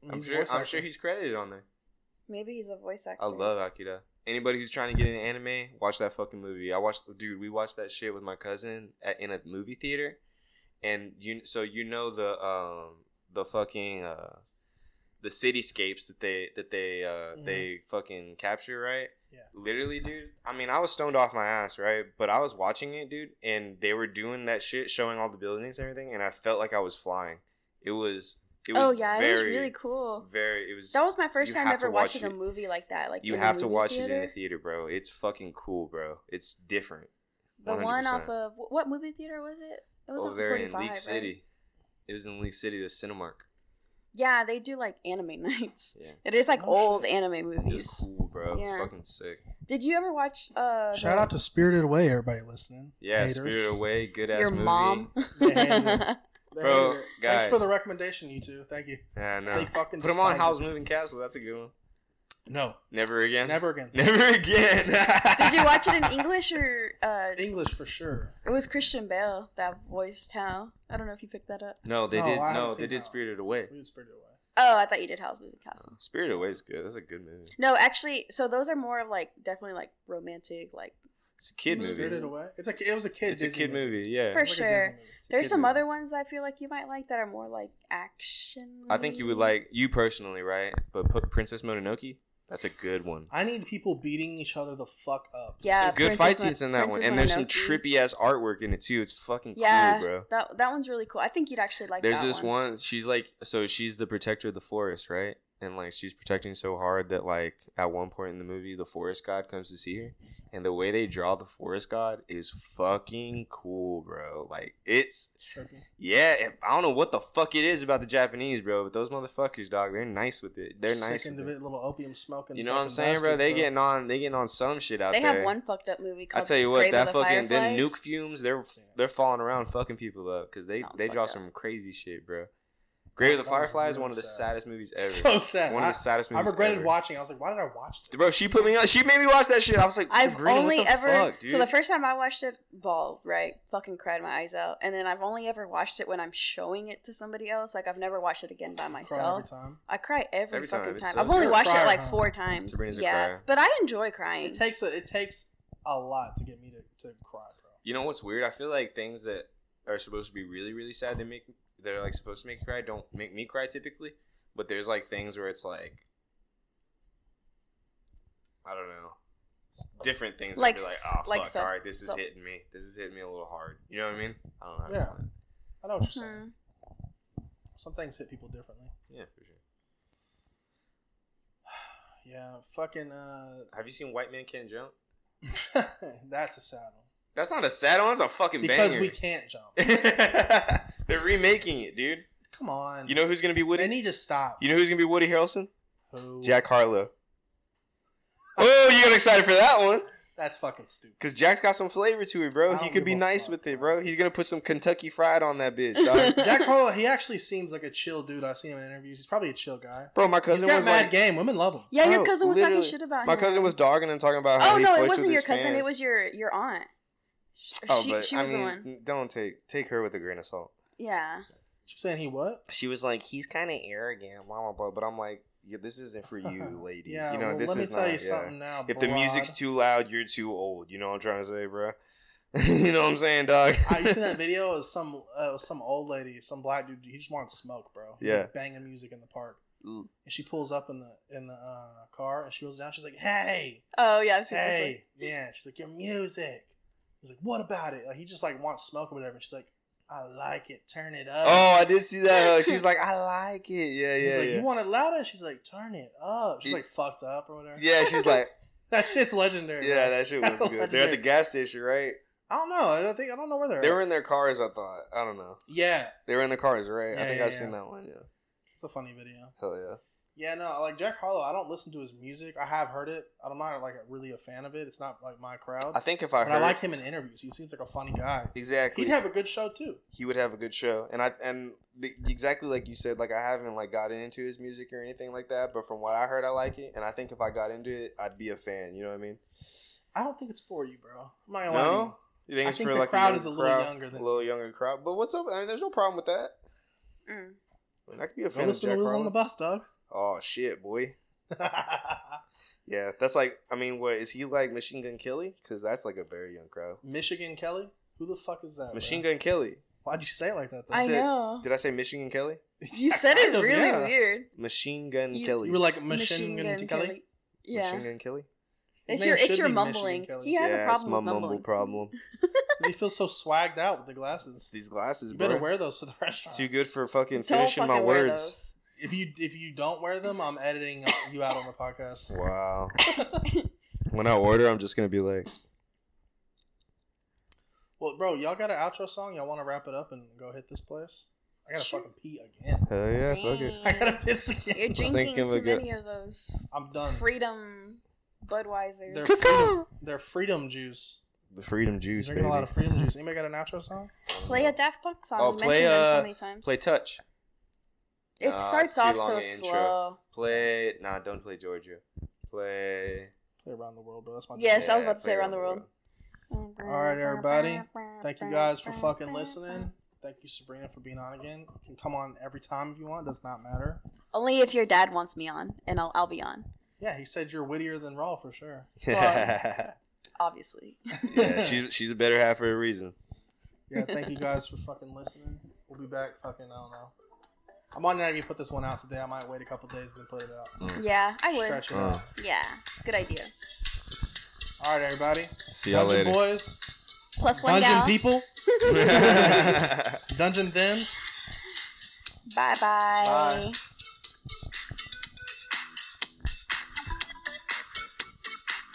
I'm
He's a
sure.
voice
I'm
actor.
sure he's credited on there.
Maybe he's a voice actor.
I love Akira. Anybody who's trying to get into anime, watch that fucking movie. I watched, dude, we watched that shit with my cousin at, in a movie theater, and you, so you know the um the fucking uh the cityscapes that they that they uh
Mhm.
they fucking capture, right?
Yeah.
Literally, dude. I mean, I was stoned off my ass, right? But I was watching it, dude, and they were doing that shit, showing all the buildings and everything, and I felt like I was flying. It was. It was
oh yeah,
very,
it was really cool.
Very. It was.
That was my first
you
time
have to
ever
watch
watching a
it.
movie like that. Like
You
in a
have to
movie
watch it in
theater.
the theater, bro. It's fucking cool, bro. It's different.
The one
100%.
off of wh- what movie theater was it? It was
over
off
there
of
in
45,
League
right?
City. It was in League City, the Cinemark.
Yeah, they do like anime (laughs) nights.
Yeah,
It is like
Oh,
old anime
it was
movies.
cool, bro. It
Yeah.
was fucking sick.
Did you ever watch? Uh,
Shout out to Spirited Away, everybody listening.
Yeah,
Haters.
Spirit Away, good ass
your
movie.
mom. (laughs)
(laughs)
Yeah. They
Bro,
hated it.
guys.
Thanks for the recommendation, you two. Thank you.
Yeah, I
They
know.
fucking
Put him on
despise
Howl's
it.
Moving Castle. That's a good one.
No,
Never again.
never again.
(laughs) Never again.
(laughs) Did you watch it in English or? Uh,
English for sure.
it was Christian Bale that voiced Hal. I don't know if you picked that up.
(laughs) No, they
No,
did.
I haven't
No, they
seen
did
that.
Spirited Away.
We did Spirited Away.
Oh, I thought you did Howl's Moving Castle.
Spirited Away is good. That's a good movie.
No, actually, so those are more of like definitely like romantic, like
It's a kid movie.
Spirited Away. It's a it was a kid.
It's a
Disney
kid movie. Yeah.
For
It's like a Disney
sure.
movie.
It's a
There's
kid
some
movie.
other ones I feel like you might like that are more like action.
I think you would
movies.
like you personally, right? But put Princess Mononoke. That's a good one.
I need people beating each other the fuck up.
Yeah,
Some
Princess
good fight
Mo-
scenes in that one,
Princess
and there's some
Mononoke.
trippy ass artwork in it too. It's fucking
Yeah,
cool, bro.
that that one's really cool. I think you'd actually like.
There's
that
this one. She's like, so she's the protector of the forest, right? And like, she's protecting so hard that like, at one point in the movie, the forest god comes to see her, and the way they draw the forest god is fucking cool, bro. Like, it's
It's trippy.
yeah, and I don't know what the fuck it is about the Japanese, bro, but those motherfuckers, dog, they're nice with it. They're
Sick
nice.
into
With it.
it, little opium smoking.
You know what I'm
fucking
saying, bro?
bastards,
They getting on, they getting on some shit out
They
there.
have one fucked up movie
I
called.
tell you what,
Grave of the
that fucking them
Fireflies.
nuke fumes, they're
Seen it.
they're falling around fucking people up because they
Sounds
they draw
fucked up.
some crazy shit,
Oh
bro. Grave of the
That was
Firefly is
really
one of the
sad.
saddest movies ever.
So sad.
one of
I,
the saddest
I
movies.
regretted
ever.
watching. I was like, why did I watch this?
Bro, she put me on. She made me watch that shit. I was like,
I've
Sabrina,
only
what the
ever
fuck, dude?
so the first time I watched it, ball right, fucking cried my eyes out, and then I've only ever watched it when I'm showing it to somebody else. Like I've never watched it again by
Crying every
myself.
time.
I cry every,
Every time,
fucking
it's
time.
so
I've only
sad.
watched
Crier,
it like
huh?
four times.
Sabrina's a
yeah,
crier.
but I enjoy crying.
It takes a it takes a lot to get me to, to cry, bro.
you know what's weird? I feel like things that are supposed to be really really sad that make that are like supposed to make you cry don't make me cry typically. But there's like things where it's like, I don't know, s- different things.
Like
Like be like,
s-
oh
like
fuck,
sub-
all right, this is
sub-
hitting me. This is hitting me a little hard. You know what I mean? I don't know. how to
Yeah.
explain it.
I know what you're saying.
Hmm.
Some things hit people differently.
Yeah, for sure.
Yeah, fucking. uh (laughs)
Have you seen White Man Can't Jump?
That's a sad one.
That's not a sad one. That's a fucking
Because
banger.
we can't
(laughs)
jump.
They're remaking it, dude.
Come on.
You know who's gonna be
they
Woody?
need to stop.
You know who's gonna be Woody Harrelson?
Who?
Jack Harlow. Oh, you got excited for that one?
That's fucking stupid.
Cause Jack's got some flavor to it,
I
bro.
don't
He could be
give a
nice
fuck,
with it,
bro.
bro. He's gonna put some Kentucky Fried on that bitch,
(laughs)
dog.
Jack Harlow, he actually seems like a chill dude. I've seen him in interviews. He's probably a chill guy.
bro, my
He's
cousin
got
was
mad
like,
game. Women love him.
Yeah, your
Bro,
cousin was talking
literally,
shit about
my
him.
cousin was dogging and talking about how
Oh
he
no,
flirts
it
with
wasn't your
his
cousin. It
fans.
was your your aunt. Sh-
Oh,
she,
but
she
I
was the
mean,
one.
don't take take her with a grain of salt.
Yeah.
She was saying he what?
She was like, he's kind of arrogant, blah blah blah. But I'm like, yeah, this isn't
(laughs)
for (laughs) you, lady.
Yeah,
you know,
well,
this
let me
is
tell
not.
you
yeah.
something now.
If the music's
broad.
too loud, you're too old. You know what I'm trying to say, bro? (laughs) you know what I'm saying, dog?
(laughs) I you
(laughs)
seen that video of some uh, some old lady, some black dude. He just wanted to smoke, bro. He's
Yeah.
like banging music in the park,
Ooh.
and she pulls up in the in the uh, car, and she rolls down. She's like, "Hey,
Oh yeah, I've seen this.
hey,
Like,
yeah." She's like, "Your music." He's like, "What about it?" Like, he just like wants smoke or whatever. And she's like, "I like it. Turn it up."
Oh, I did see that. huh? She was like,
(laughs)
I like it. Yeah,
He's
yeah,
like,
yeah.
"You want it louder?" And she's like, "Turn it up." She's
Yeah.
like, "Fucked up" or whatever.
yeah, she was like,
(laughs) That shit's legendary.
yeah,
bro.
that shit was
That's
good. They're at the
legendary.
gas station, right?
I don't know. I don't think I don't know where they're.
They
at.
were in their cars, I thought. I don't know.
yeah,
They were in their cars, right? I
Yeah,
think
yeah,
I've seen
yeah.
that one. Yeah.
it's a funny video.
Hell yeah.
Yeah, no, like Jack Harlow, I don't listen to his music. I have heard it. I'm not like really a fan of it. It's not like my crowd.
I think if I
but
heard
I like him in interviews. He seems like a funny guy.
exactly,
He'd have a good show too.
he would have a good show. And I and the, exactly like you said, like I haven't like gotten into his music or anything like that. But from what I heard, I like it. And I think if I got into it, I'd be a fan. You know what I mean?
I don't think it's for you, bro. I'm not gonna lie. to
No,
you.
you think
I
it's
think
for
the
like
crowd
a
is a
young
little
crowd,
younger than-
a little younger crowd. But what's up? I mean, there's no problem with that.
mm.
I, mean, I could be a
Don't
fan of
listen to
Jack
Who's on
Harlow.
the bus, dog.
oh shit, boy.
(laughs) Michigan
Yeah, that's like. I mean, what is he like? Machine Gun Kelly? Because that's like a very young crowd.
Kelly. Who the fuck is that? bro?
Machine Gun Kelly.
Why'd you say it like that? Though?
I
That's
(laughs)
it.
know.
Did I say Michigan Kelly?
You said it
Kind of,
really
yeah.
weird.
Machine Gun
You-
Kelly.
You were like Machine, Gun, Kelly.
Yeah.
Machine Gun Kelly.
His
It's
name
your
should
it's your
be Michigan
mumbling.
Kelly.
He has a
yeah, it's
problem
my
with
mumble
mumbling.
problem.
'Cause He feels so swagged out with the
It's
glasses.
these glasses,
You
bro.
better wear those to the (laughs) restaurant.
Too good for
(laughs)
fucking
Don't
finishing my
fucking wear
words.
those.
If you if you don't wear them, I'm editing uh, you out on the
(laughs)
podcast.
Wow.
(laughs)
when I order, I'm just gonna be like,
Well, bro, y'all got an outro song? Y'all want to wrap it up and go hit this place? I gotta
Sure.
fucking pee again. (laughs)
hell yeah, fuck it.
Dang.
I gotta piss
(laughs) You're
again.
(laughs) Just
drinking
thinking of a
too
good-
many of those
(laughs) I'm done.
freedom Budweisers.
They're freedom, they're freedom juice.
The freedom
You're
juice,
drinking
baby.
a lot of freedom juice. Anybody got an outro song?
(laughs) Play a Daft Punk song.
Oh,
we
play,
mentioned them
uh,
so many times.
play touch.
it
Nah, it's
starts
too
off
long
so
an intro.
slow.
Play nah, don't play Georgia. Play.
Play around the world, bro. That's my
Yes, I
jam.
was about to
play
say Around the
(laughs)
World.
Alright, everybody. Thank you guys for fucking listening. Thank you, Sabrina, for being on again. You can come on every time if you want. Does not matter.
Only if your dad wants me on, and I'll I'll be on,
Yeah, he said you're wittier than Raw for sure.
Well-
(laughs)
obviously.
yeah, she's she's a better half for a reason.
Yeah, thank you guys for fucking listening. We'll be back fucking, I don't know. I might not even put this one out today. I might wait a couple days and then put it out.
Yeah, I would.
Stretch it
Uh.
out.
Yeah, good idea.
All right, everybody.
See y'all
Dungeon
later.
boys,
Plus one
dungeon
gal.
people,
(laughs)
dungeon thems.
Bye bye.
Bye.